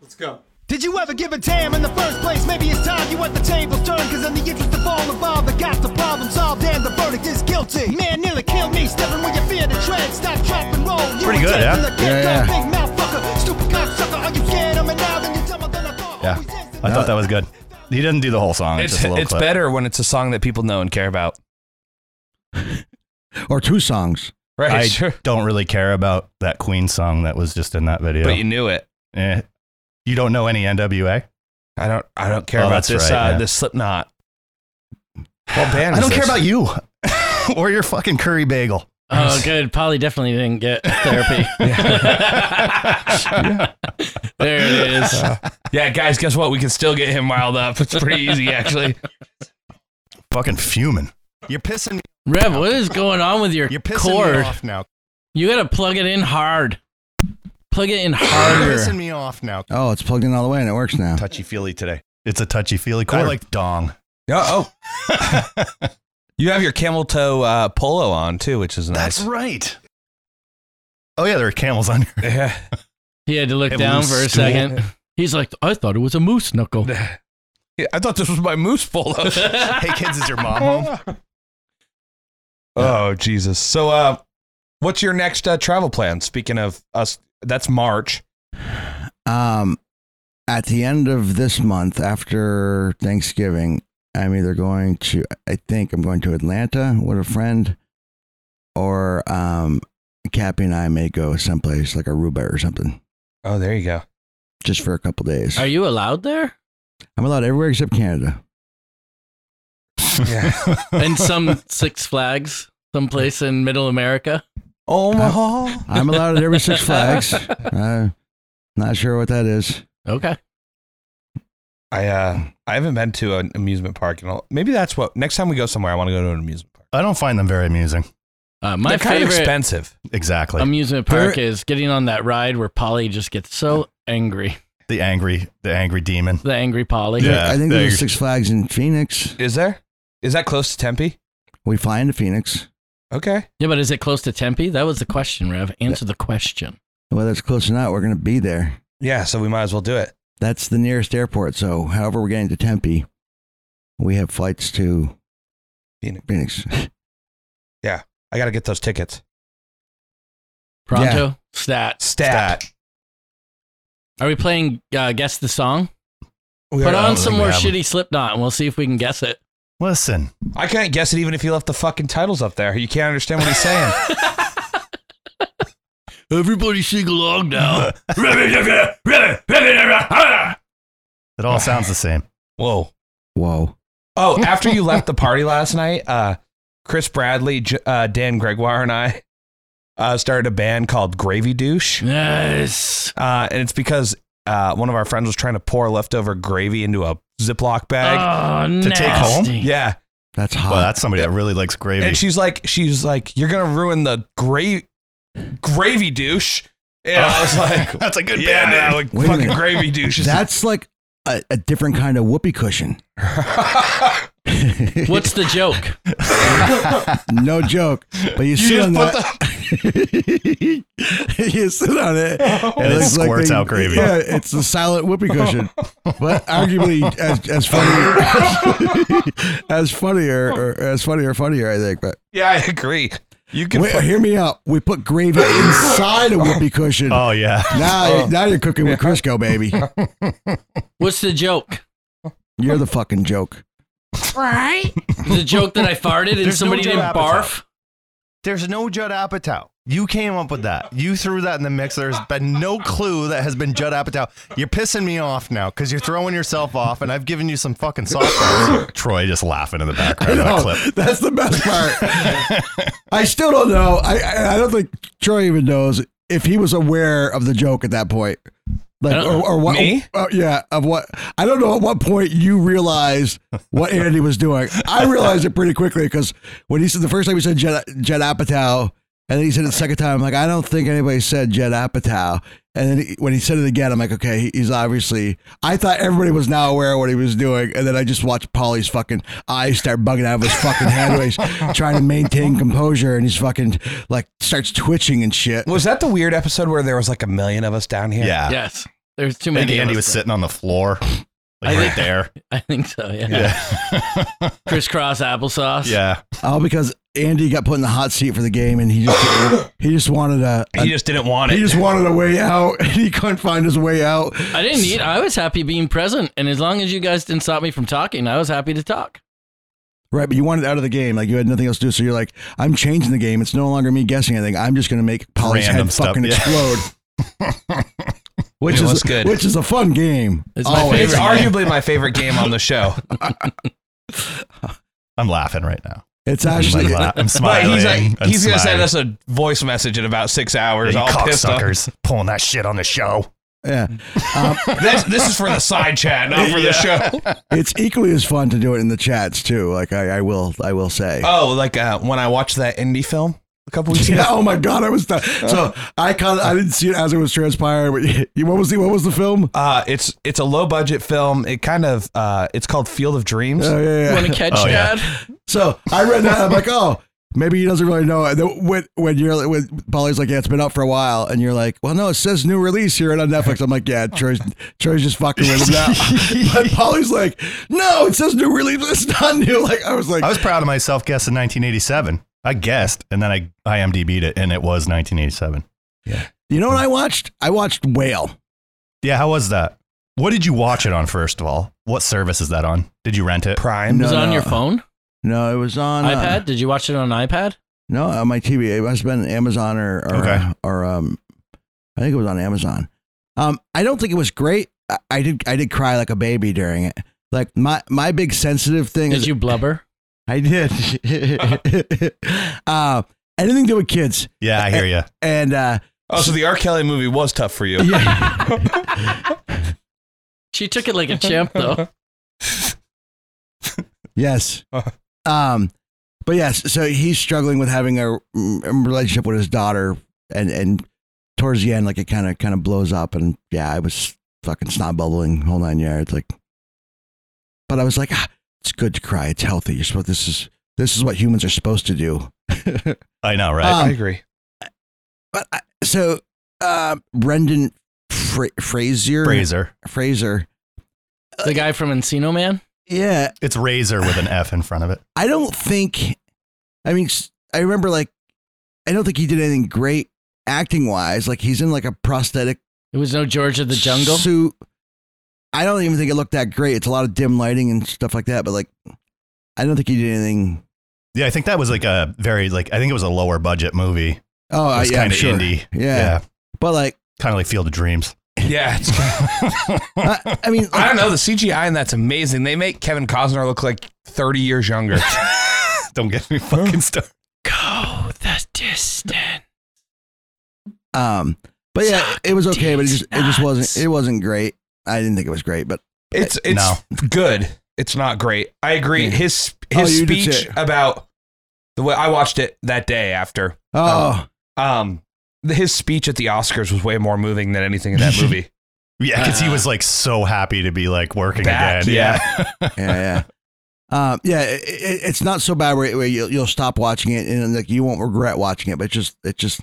Let's go. Did you ever give a damn in the first place? Maybe it's time you at the table turn. Cause in the interest of all involved, I got the problem solved and the verdict is guilty. Man nearly killed me, stepping where you fear to tread. Stop, drop, and roll. You Pretty good, were yeah? taking the Yeah, kick yeah. off, Big mouth fucker, stupid cocksucker. Are you scared of me now? Then you dumber than I thought. Yeah. I thought that was good. He doesn't do the whole song. It's, It's, just a little it's clip. better when it's a song that people know and care about. Or two songs? Right. I sure. don't really care about that Queen song that was just in that video. But you knew it. Eh. You don't know any NWA? I don't. I don't care Oh, about that's this. right, uh, yeah. This Slipknot. What band? I is don't care this? about you or your fucking curry bagel. Oh, good. Polly definitely didn't get therapy. there it is. Uh, yeah, guys, guess what? We can still get him riled up. It's pretty easy, actually. Fucking fuming. You're pissing me. Rev, what is going on with your You're pissing cord? me off now. You gotta plug it in hard. Plug it in You're harder. pissing me off now. Oh, it's plugged in all the way and it works now. Touchy feely today. It's a touchy feely cord. I Cord. like dong. Yeah, oh. you have your camel toe uh, polo on too, which is nice. That's right. Oh yeah, there are camels on here. Yeah. He had to look Have a down loose for a stool. second. He's like, I thought it was a moose knuckle. Yeah, I thought this was my moose polo. hey kids, is your mom home? oh Jesus! So, uh, what's your next uh, travel plan? Speaking of us, that's March. Um, at the end of this month, after Thanksgiving, I'm either going to, I think I'm going to Atlanta with a friend, or um, Cappy and I may go someplace like Aruba or something, Oh, there you go. just for a couple days. Are you allowed there? I'm allowed everywhere except Canada. Yeah. In some Six Flags, someplace in Middle America. Omaha. I'm allowed at every Six Flags. Uh, not sure what that is. Okay. I uh, I haven't been to an amusement park, and I'll, maybe that's what next time we go somewhere, I want to go to an amusement park. I don't find them very amusing. Uh, my They're kind of favorite expensive. Exactly. amusement park is getting on that ride where Polly just gets so angry. the angry, the angry demon. The angry Polly. Yeah. I think there there's you- Six Flags in Phoenix. Is there? Is that close to Tempe? We fly into Phoenix. Okay. Yeah, but is it close to Tempe? That was the question, Rev. Answer the question. Whether it's close or not, we're going to be there. Yeah, so we might as well do it. That's the nearest airport. So, however, we're getting to Tempe, we have flights to Phoenix. Phoenix. Yeah, I got to get those tickets. Pronto? Stat. Stat. Are we playing uh, Guess the Song? We Put are- on some we more have 'em. shitty Slipknot and we'll see if we can guess it. Listen, I can't guess it even if he left the fucking titles up there. You can't understand what he's saying. Everybody sing along now. it all sounds the same. Whoa. Whoa. Oh, after you left the party last night, uh, Chris Bradley, J- uh, Dan Gregoire, and I uh, started a band called Gravy Douche. Yes. Uh, and it's because uh, one of our friends was trying to pour leftover gravy into a Ziploc bag. Oh, To take home? nasty. yeah. That's hot. Well, that's somebody that really likes gravy. And she's like, she's like, you're going to ruin the gra- gravy douche. And I was like, That's a good yeah, band no, name. like, Oh. Wait a fucking minute. gravy douche. is- that's like a, a different kind of whoopee cushion. What's the joke? no joke. But you, sit just on put that. you sit on it. And Oh, it looks like squirts they- out gravy. Yeah, it's a silent whoopee cushion. but arguably as, as funny as funnier or as funnier funnier, I think. But yeah, I agree. You can. Wait, hear me out. We put gravy inside a whoopee cushion. Oh yeah. Now, now you're cooking with Crisco, baby. What's the joke? You're the fucking joke. Right? The joke that I farted and There's no somebody Judd didn't Apatow. barf? There's no Judd Apatow. You came up with that. You threw that in the mix. There's been no clue that has been Judd Apatow. You're pissing me off now because you're throwing yourself off, and I've given you some fucking softballs. Troy just laughing in the background of that No, clip. that's the best part. I still don't know. I- I I don't think Troy even knows if he was aware of the joke at that point. Like don't or, or what? Me? uh, yeah, of what? I don't know at what point you realized what Andy was doing. I realized it pretty quickly because when he said the first time he said Jed, Jed Apatow, and then he said it the second time, I'm like, I don't think anybody said Jed Apatow. And then he, when he said it again, I'm like, okay, he- he's obviously. I thought everybody was now aware of what he was doing, and then I just watched Polly's fucking eyes start bugging out of his fucking head when he's trying to maintain composure, and he's fucking like starts twitching and shit. Was that the weird episode where there was like a million of us down here? Yeah. Yes. There's too And many. Andy of was us. sitting on the floor, I like think- right there. I think so, yeah. Yeah. Crisscross applesauce. yeah. All because Andy got put in the hot seat for the game, and he just he just wanted a, He just didn't want he it. just wanted a way out, and he couldn't find his way out. I didn't need. I was happy being present, and as long as you guys didn't stop me from talking, I was happy to talk. Right, but you wanted out of the game, like you had nothing else to do. So you're like, I'm changing the game. It's no longer me guessing anything. I'm just gonna make Polly's Random head stuff, fucking yeah. explode. which It is was good. which is a fun game. It's, my Always. favorite- arguably my favorite game on the show. I'm laughing right now. It's actually I'm, la- I'm But smiling. he's like, I'm he's gonna smiling. send us a voice message in about six hours. You all pissed off. cocksuckers pulling that shit on the show. Yeah. Um, This, this is for the side chat, not for the show. it's equally as fun to do it in the chats too. Like I, I will, I will say. Oh, like uh, when I watched that indie film a couple weeks ago. Yeah, oh my god, I was done. So I kind of, I didn't see it as it was transpiring. But you- what was the what was the film? Uh, it's it's a low budget film. It kind of uh, it's called Field of Dreams. Oh, yeah, yeah. Oh, yeah. So I read that. I'm like, oh, maybe he doesn't really know. And then When when you're when Polly's like, yeah, it's been out for a while, and you're like, well, no, it says new release here and on Netflix. I'm like, yeah, Troy's Troy's just fucking with him now. but Polly's like, no, it says new release. It's not new. Like I was like, I was proud of myself guessing 1987. I guessed, and then I IMDb'd it, and it was 1987. you know what I watched? I watched Whale. Yeah, how was that? What did you watch it on? First of all, what service is that on? Did you rent it? Prime. was it on your phone? No, it was on uh, iPad? Did you watch it on iPad? No, on my TV. It must have been Amazon or or, Okay. or um, I think it was on Amazon. Um, I don't think it was great. I, I did I did cry like a baby during it. Like my my big sensitive thing Did is you blubber? I did. uh, anything to do with kids. Yeah, I hear you. And uh, Oh, so the R. Kelly movie was tough for you. She took it like a champ, though. yes. Um, but yes, so he's struggling with having a mm, relationship with his daughter, and and towards the end, like it kind of kind of blows up, and yeah, I was fucking snot bubbling whole nine yards, like. But I was like, ah, it's good to cry. It's healthy. You're supposed. This is this is what humans are supposed to do. I know, right? Um, I agree. But I, so, uh, Brendan Fra- Fraser. Fraser. Fraser. The guy from Encino Man? Yeah, It's Razor with an F in front of it. I don't think. I mean, s- I remember like, I don't think he did anything great acting wise. Like he's in like a prosthetic. It was no George of the Jungle? suit. I don't even think it looked that great. It's a lot of dim lighting and stuff like that. But like, I don't think he did anything. Yeah, I think that was like a very like I think it was a lower budget movie. Oh, Uh, it was yeah, I'm kind of sure. indie. Yeah. But like, kind of like Field of Dreams. Yeah, it's, I, mean, I don't know. The CGI in that's amazing. They make Kevin Costner look like thirty years younger. Don't get me fucking started. Go the distance. Um, but yeah, it was okay. But it just, it just wasn't. It wasn't great. I didn't think it was great. But It's it's No. good. It's not great. I agree. His Oh, his you did speech say- about the way I watched it that day after. Oh. um, um, the- his speech at the Oscars was way more moving than anything in that movie. Yeah, because he was like so happy to be like working Uh, Back, again. yeah. yeah, yeah. Um, yeah, it, it, it's not so bad where, where you'll, you'll stop watching it and like you won't regret watching it, but just it just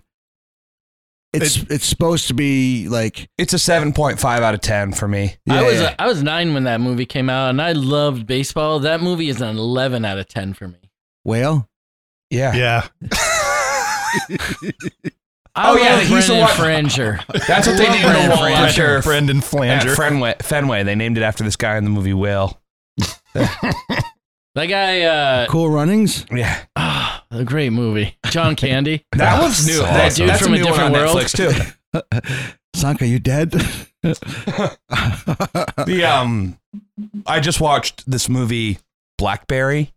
it's it's supposed to be like it's a seven point five out of ten for me. I was yeah. I was nine when that movie came out, and I loved baseball. That movie is an eleven out of ten for me. whale. Yeah, yeah. I Oh, yeah, love he used to Brendan watch- Franger. That's what they Love named the wall after Brendan At Flanger. Fenway, Fenway. They named it after this guy in the movie Whale. That guy, uh, Cool Runnings. Yeah, a great movie. John Candy. That one's new. That That's- dude that's a from a, new one different on world. Netflix, too. Sanka, you dead? the um I just watched this movie Blackberry.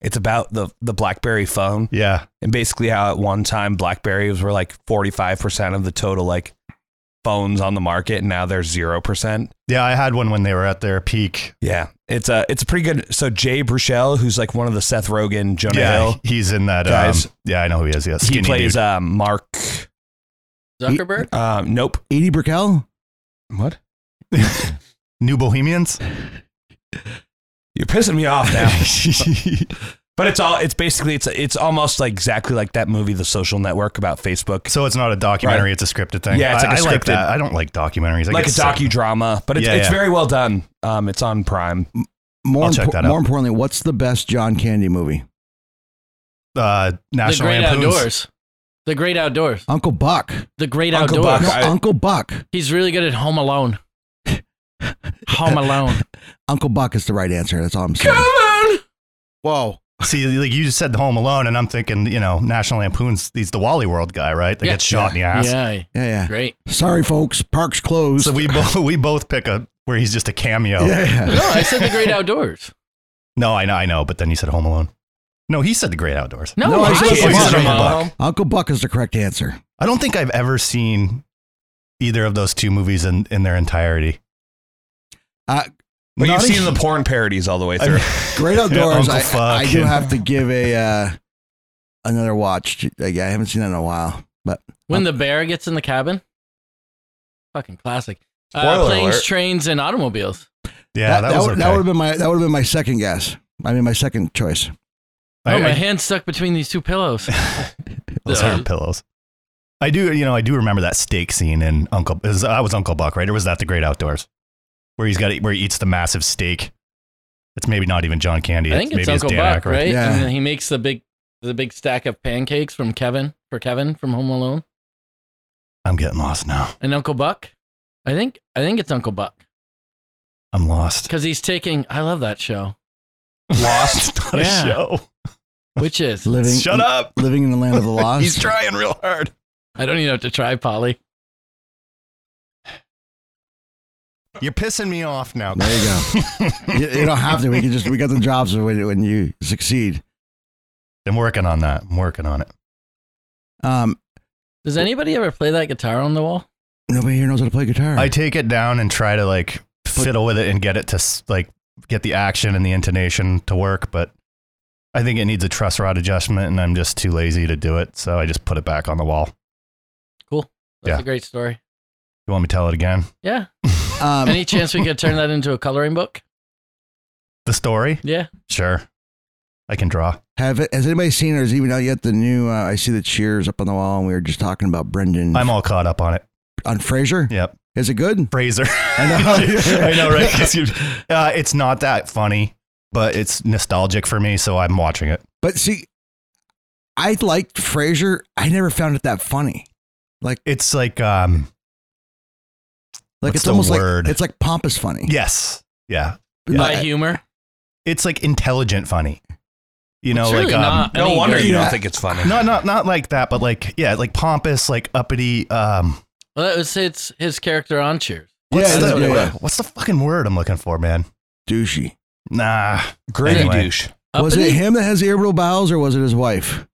It's about the the BlackBerry phone. Yeah. And basically how at one time Blackberries were like 45% of the total like phones on the market and now they're 0%. Yeah, I had one when they were at their peak. Yeah. It's a it's a pretty good so Jay Bruchel who's like one of the Seth Rogen Jonah yeah, Hill he's in that. Um, guys. yeah, I know who he is. Yeah, he skinny plays dude. um Mark Zuckerberg? um nope. Edie Brickell? What? New Bohemians. You're pissing me off now. but it's all it's basically it's it's almost like exactly like that movie The Social Network about Facebook. So it's not a documentary; Right. it's a scripted thing. Yeah, it's I, I like a like scripted- that. I don't like documentaries. I like a get sick. docudrama, but it's, Yeah, it's yeah. very well done. Um, it's on Prime. More I'll check impor- that out. More importantly, what's the best John Candy movie? Uh, the National Great Lampoon's. Outdoors. The Great Outdoors. Uncle Buck. The Great Uncle Buck. Outdoors. No, I- Uncle Buck. He's really good at Home Alone. Home Alone. Uncle Buck is the right answer. That's all I'm saying. on! Whoa. See, like you just said, Home Alone, and I'm thinking, you know, National Lampoon's he's the Wally World guy, right? That Yeah. gets shot in the ass. Yeah. Yeah, yeah. Great. Sorry, folks. Park's closed. So we both we both pick a where he's just a cameo. Yeah, yeah. No, I said the great outdoors. No, I know, I know, but then you said Home Alone. No, he said The Great Outdoors. No, No, I I said said Uncle Uncle Buck. Buck. Uncle Buck is the correct answer. I don't think I've ever seen either of those two movies in, in their entirety. Uh, But you've Notting- seen the porn parodies all the way through. Great outdoors. Uncle I, Fuck I do and- have to give a uh, another watch. to- Like, I haven't seen that in a while, but When the bear gets in the cabin. Fucking classic. Uh, Spoiler planes, alert. trains, and automobiles. Yeah, that, that, was would- okay. that would have been my that would have been my second guess. I mean, my second choice. Oh, I- my I- hand's stuck between these two pillows. Those Uh, aren't pillows. I do, you know, I do remember that steak scene in Uncle. Is, that was Uncle Buck, right? Or was that The Great Outdoors, where he's got where he eats the massive steak? It's maybe not even John Candy. I think maybe it's Uncle Dan Buck, Aykroyd. right? And then he makes the big the big stack of pancakes from Kevin for Kevin from Home Alone. I'm getting lost now. And Uncle Buck? I think I think it's Uncle Buck. I'm lost. Because he's taking I love that show. Lost not a Yeah. show. Which is Living. Shut up. Living in the land of the lost. He's trying real hard. I don't even have to try, Polly. You're pissing me off now. There you go. you, you don't have to. We can just we got the jobs when, when you succeed. I'm working on that. I'm working on it. Um, Does anybody ever play that guitar on the wall? nobody here knows how to play guitar. I take it down and try to like fiddle with it and get it to s- like get the action and the intonation to work, but I think it needs a truss rod adjustment and I'm just too lazy to do it, so I just put it back on the wall. Cool. That's Yeah. a great story. You want me to tell it again? Yeah. Um, Any chance we could turn that into a coloring book? The story? Yeah. Sure. I can draw. Have it, has anybody seen or is even out yet the new? Uh, I see the cheers up on the wall, and we were just talking about Brendan. I'm all caught up on it. on Frasier. Yep. Is it good? Fraser. I know. I know, right? 'Cause you- uh, it's not that funny, but it's nostalgic for me, so I'm watching it. But see, I liked Frasier. I never found it that funny. Like it's like um, like what's it's the almost word? like it's like pompous funny. Yes. Yeah. yeah. By humor? it's like intelligent funny. You know, It's like really um, not. I No mean, wonder good. you don't Yeah. think it's funny. no, not not like that, but like yeah, like pompous, like uppity. Um, Well, that was it's his character on Cheers. what's Yeah, the yeah, yeah. what's the fucking word I'm looking for, man? Douchey. Nah, Gravy douche. Was it Uppity? him that has irritable bowels, or was it his wife?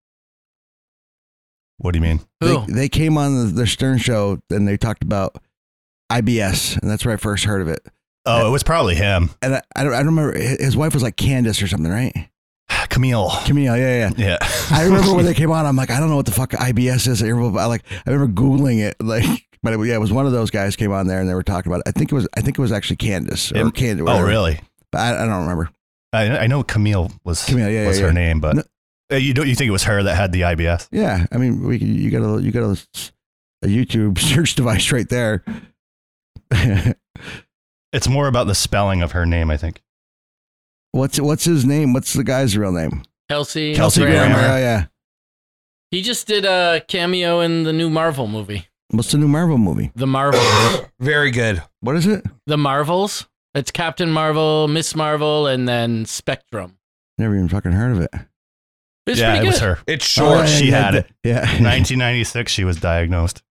What do you mean? They, they came on the, the Stern show and they talked about IBS, and that's where I first heard of it. Oh, it was probably him, And I, I, don't, I don't remember. hi- His wife was like Candace or something, right? Camille. Camille, yeah, yeah. Yeah, I remember when they came on. I'm like, I don't know what the fuck IBS is. irritable bowel- Like, I remember googling it. Like, but it, yeah, it was one of those guys came on there and they were talking about it. I think it was, I think it was actually Candace or It- Candace. oh, really? But I, I don't remember. I, I know Camille was Camille, yeah, was yeah, her yeah. name, but No. Uh, you don't you think it was her that had the IBS? Yeah, I mean, we can- you got a you got a, a YouTube search device right there. It's more about the spelling of her name, I think. what's what's his name? What's the guy's real name? Kelsey. Kelsey Grammer. Grammer. Oh yeah. He just did a cameo in the new Marvel movie. What's the new Marvel movie? The Marvels. Very good. What is it? the Marvels. It's Captain Marvel, Miss Marvel, and then Spectrum. Never even fucking heard of it. It's yeah, pretty it was good. her. It's short. Oh, yeah, she yeah, had it. yeah. 1996. She was diagnosed.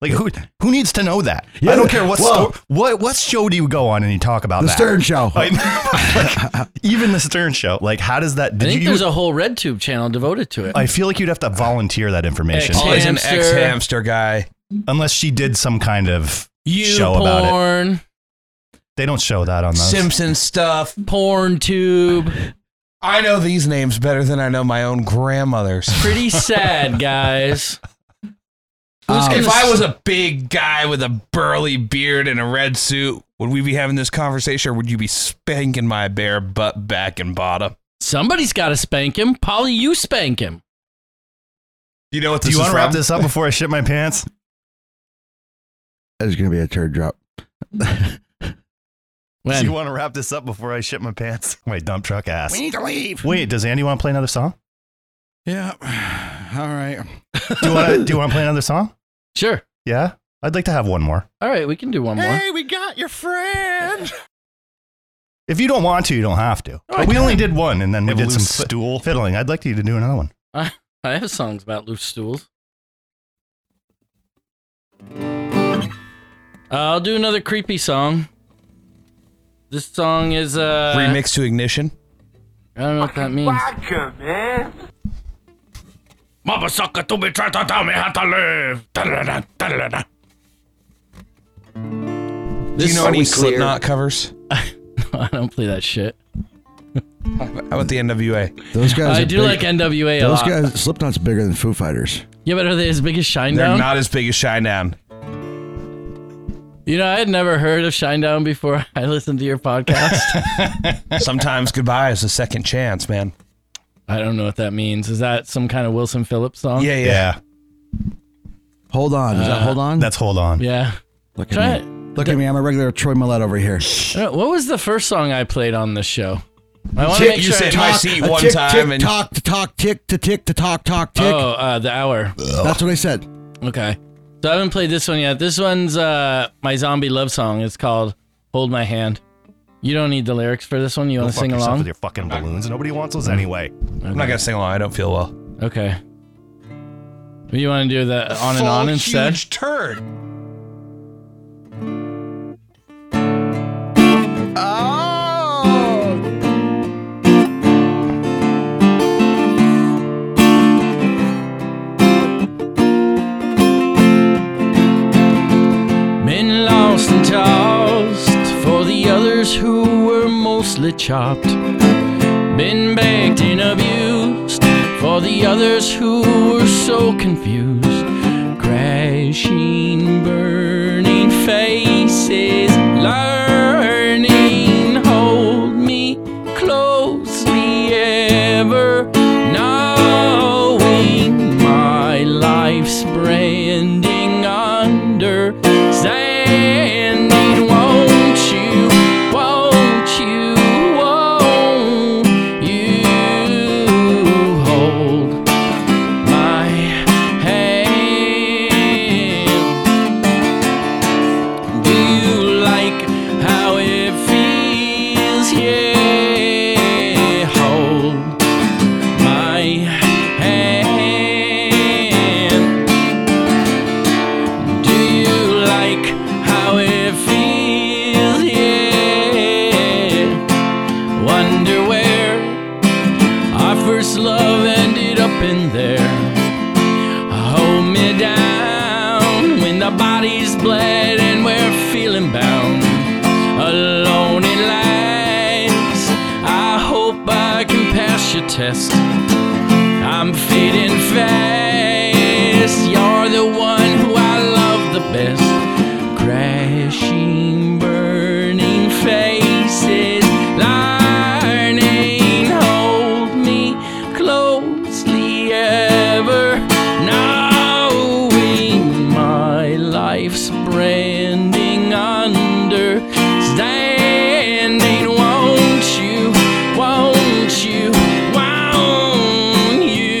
Like who? Who needs to know that? Yeah. I don't care what Whoa. sto- what what show do you go on and you talk about The that? Stern Show. I- like, even the Stern Show. Like how does that? I Did think you? there's a whole RedTube channel devoted to it. I feel like you'd have to volunteer that information Ex- Always an Hamster. ex hamster guy. unless she did some kind of you show porn, about it. They don't show that on those. Simpson stuff. porn tube. I know these names better than I know my own grandmother's. Pretty sad, guys. Um, Who's gonna if I s- was a big guy with a burly beard and a red suit, would we be having this conversation or would you be spanking my bare butt back and bottom? somebody's got to spank him. Polly, you spank him. You know what do this you is want to wrap from? this up before I shit my pants? There's gonna be a turd drop. Do you When? want to wrap this up before I shit my pants? My dump truck ass. need to leave. Wait, does Andy want to play another song? Yeah. All right. Do you want to, do you want to play another song? Sure. Yeah, I'd like to have one more. All right, we can do one more. we got your friend. If you don't want to, you don't have to. I we only can. did one, and then we We have a did some loose fi- fiddling. I'd like you to do another one. I, I have songs about loose stools. I'll do another creepy song. This song is uh Remix to ignition. I don't know what that means. Vodka, man. Mama sucker to me, try to tell me how to live. Da-da-da, da-da-da. This This you know song any is clear. Slipknot covers? No, I don't play that shit. How about the NWA? Those guys. I are do big- like NWA a Those lot. guys. Slipknot's bigger than Foo Fighters. Yeah, but are they as big as They're Shinedown? not as big as Shinedown. You know, I had never heard of Shinedown before I listened to your podcast. Sometimes goodbye is a second chance, man. I don't know what that means. Is that some kind of Wilson Phillips song? Yeah, yeah. Hold on. Is that Uh, hold on? That's hold on. Yeah. Look Try at it. me. Look at me. I'm a regular Troy Millette over here. I don't- What was the first song I played on this show? I want to Tick- make you sure said I- my seat A one tick, time tick, and talk, to talk, tick, to tick, to talk, talk, tick. Oh, uh, the hour. That's what I said. Okay. So I haven't played this one yet. This one's uh, my zombie love song. It's called "Hold My Hand." You don't need the lyrics for this one. You want to fuck sing yourself along? with your fucking balloons. Nobody wants those anyway. I'm not gonna sing along. I don't feel well. Okay. You want to do the on and on instead? Huge turd. Been lost and tossed for the others who were mostly chopped. Been begged and abused for the others who were so confused. Crashing, burning faces, learning. Hold me closely, ever knowing my life's branding understanding. Won't you? Won't you? Won't you hold my hand? Do you like how it feels? Yeah, hold my hand. Do you like how it feels? Yeah. Wonder where our first love ended up in there. Hold me down when the body's bled and we're feeling bound. Alone in lives, I hope I can pass your test. I'm fading fast. You're the one who I love the best. Crashing, burning faces, lining. Hold me closely, ever knowing my life's branding understanding. Won't you? Won't you? Won't you?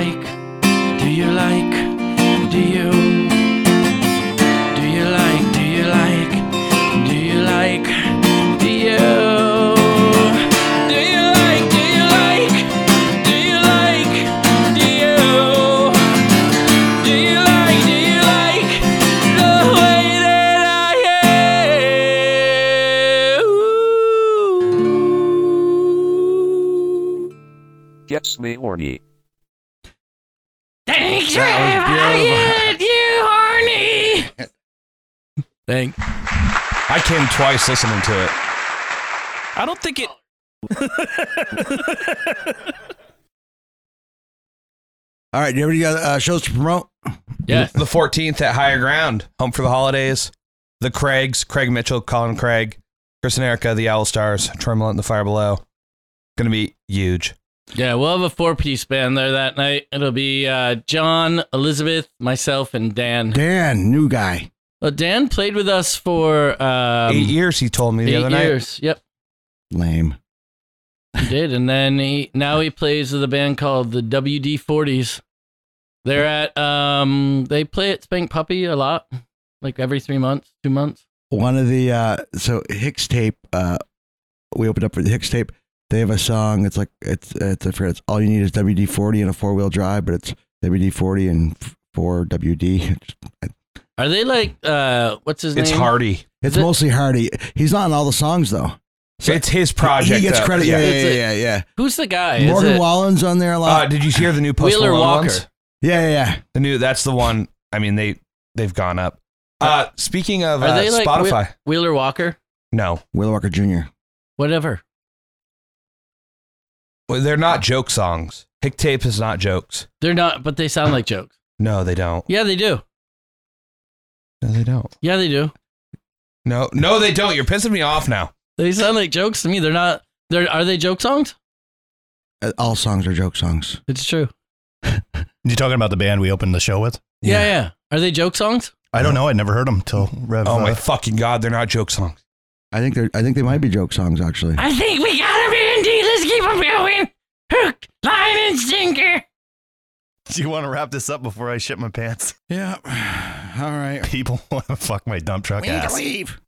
you like? Do you? Do you like? Do you like? Do you like? Do you? Do you like? Do you like? Do you like? Do you? Do you like? Do you like the way that I Uh. am? Gets me horny. Thanks, Rev. That was How you, beautiful. you horny? Thank. I came twice listening to it. I don't think it. All right, do you have any uh, shows to promote? Yeah. The 14th at Higher Ground, Home for the Holidays, The Craigs, Craig Mitchell, Colin Craig, Chris and Erica, The Owl Stars, Tremolent, The Fire Below. Going to be huge. Yeah, we'll have a four piece band there that night. It'll be uh, John, Elizabeth, myself, and Dan. Dan, new guy. Well, Dan played with us for um, eight years, he told me the eight other night. years. Yep, Lame. he did. And then he now he plays with a band called the WD40s. They're at um they play at Spank Puppy a lot, like every three months, two months. One of the uh, so Hicks tape. Uh, we opened up for the Hicks tape. They have a song. It's like it's it's I forget, it's all you need is WD forty and a four wheel drive, but it's WD forty and f- four WD. Are they like uh what's his name? It's mostly Hardy. He's not in all the songs though. it's his project. He gets though. credit. Yeah, yeah, It's yeah, a- yeah, yeah. Who's the guy? Is Morgan it- Wallen's on there a lot. Uh, did you hear the new Post Wheeler Malone Walker. ones? Yeah, yeah, yeah. The new that's the one. I mean they they've gone up. Uh, speaking of Are uh, they like Whe- Spotify, Wheeler Walker? no, Wheeler Walker Jr. Whatever. Well, they're not joke songs. Hick tape is not jokes. They're not, but they sound like jokes. No, they don't. Yeah, they do. No, they don't. Yeah, they do. No, no, they don't. You're pissing me off now. They sound like jokes to me. They're not. They're are they joke songs? Uh, All songs are joke songs. It's true. You talking about the band we opened the show with? Yeah, yeah. Are they joke songs? I don't know. I never heard them till Rev. Oh my uh, fucking god, they're not joke songs. I think they're. I think they might be joke songs actually. I think we got him, Andy. Let's keep him going. Hook, line, and sinker. Do you want to wrap this up before I shit my pants? Yeah. All right. People want to fuck my dump truck ass. leave.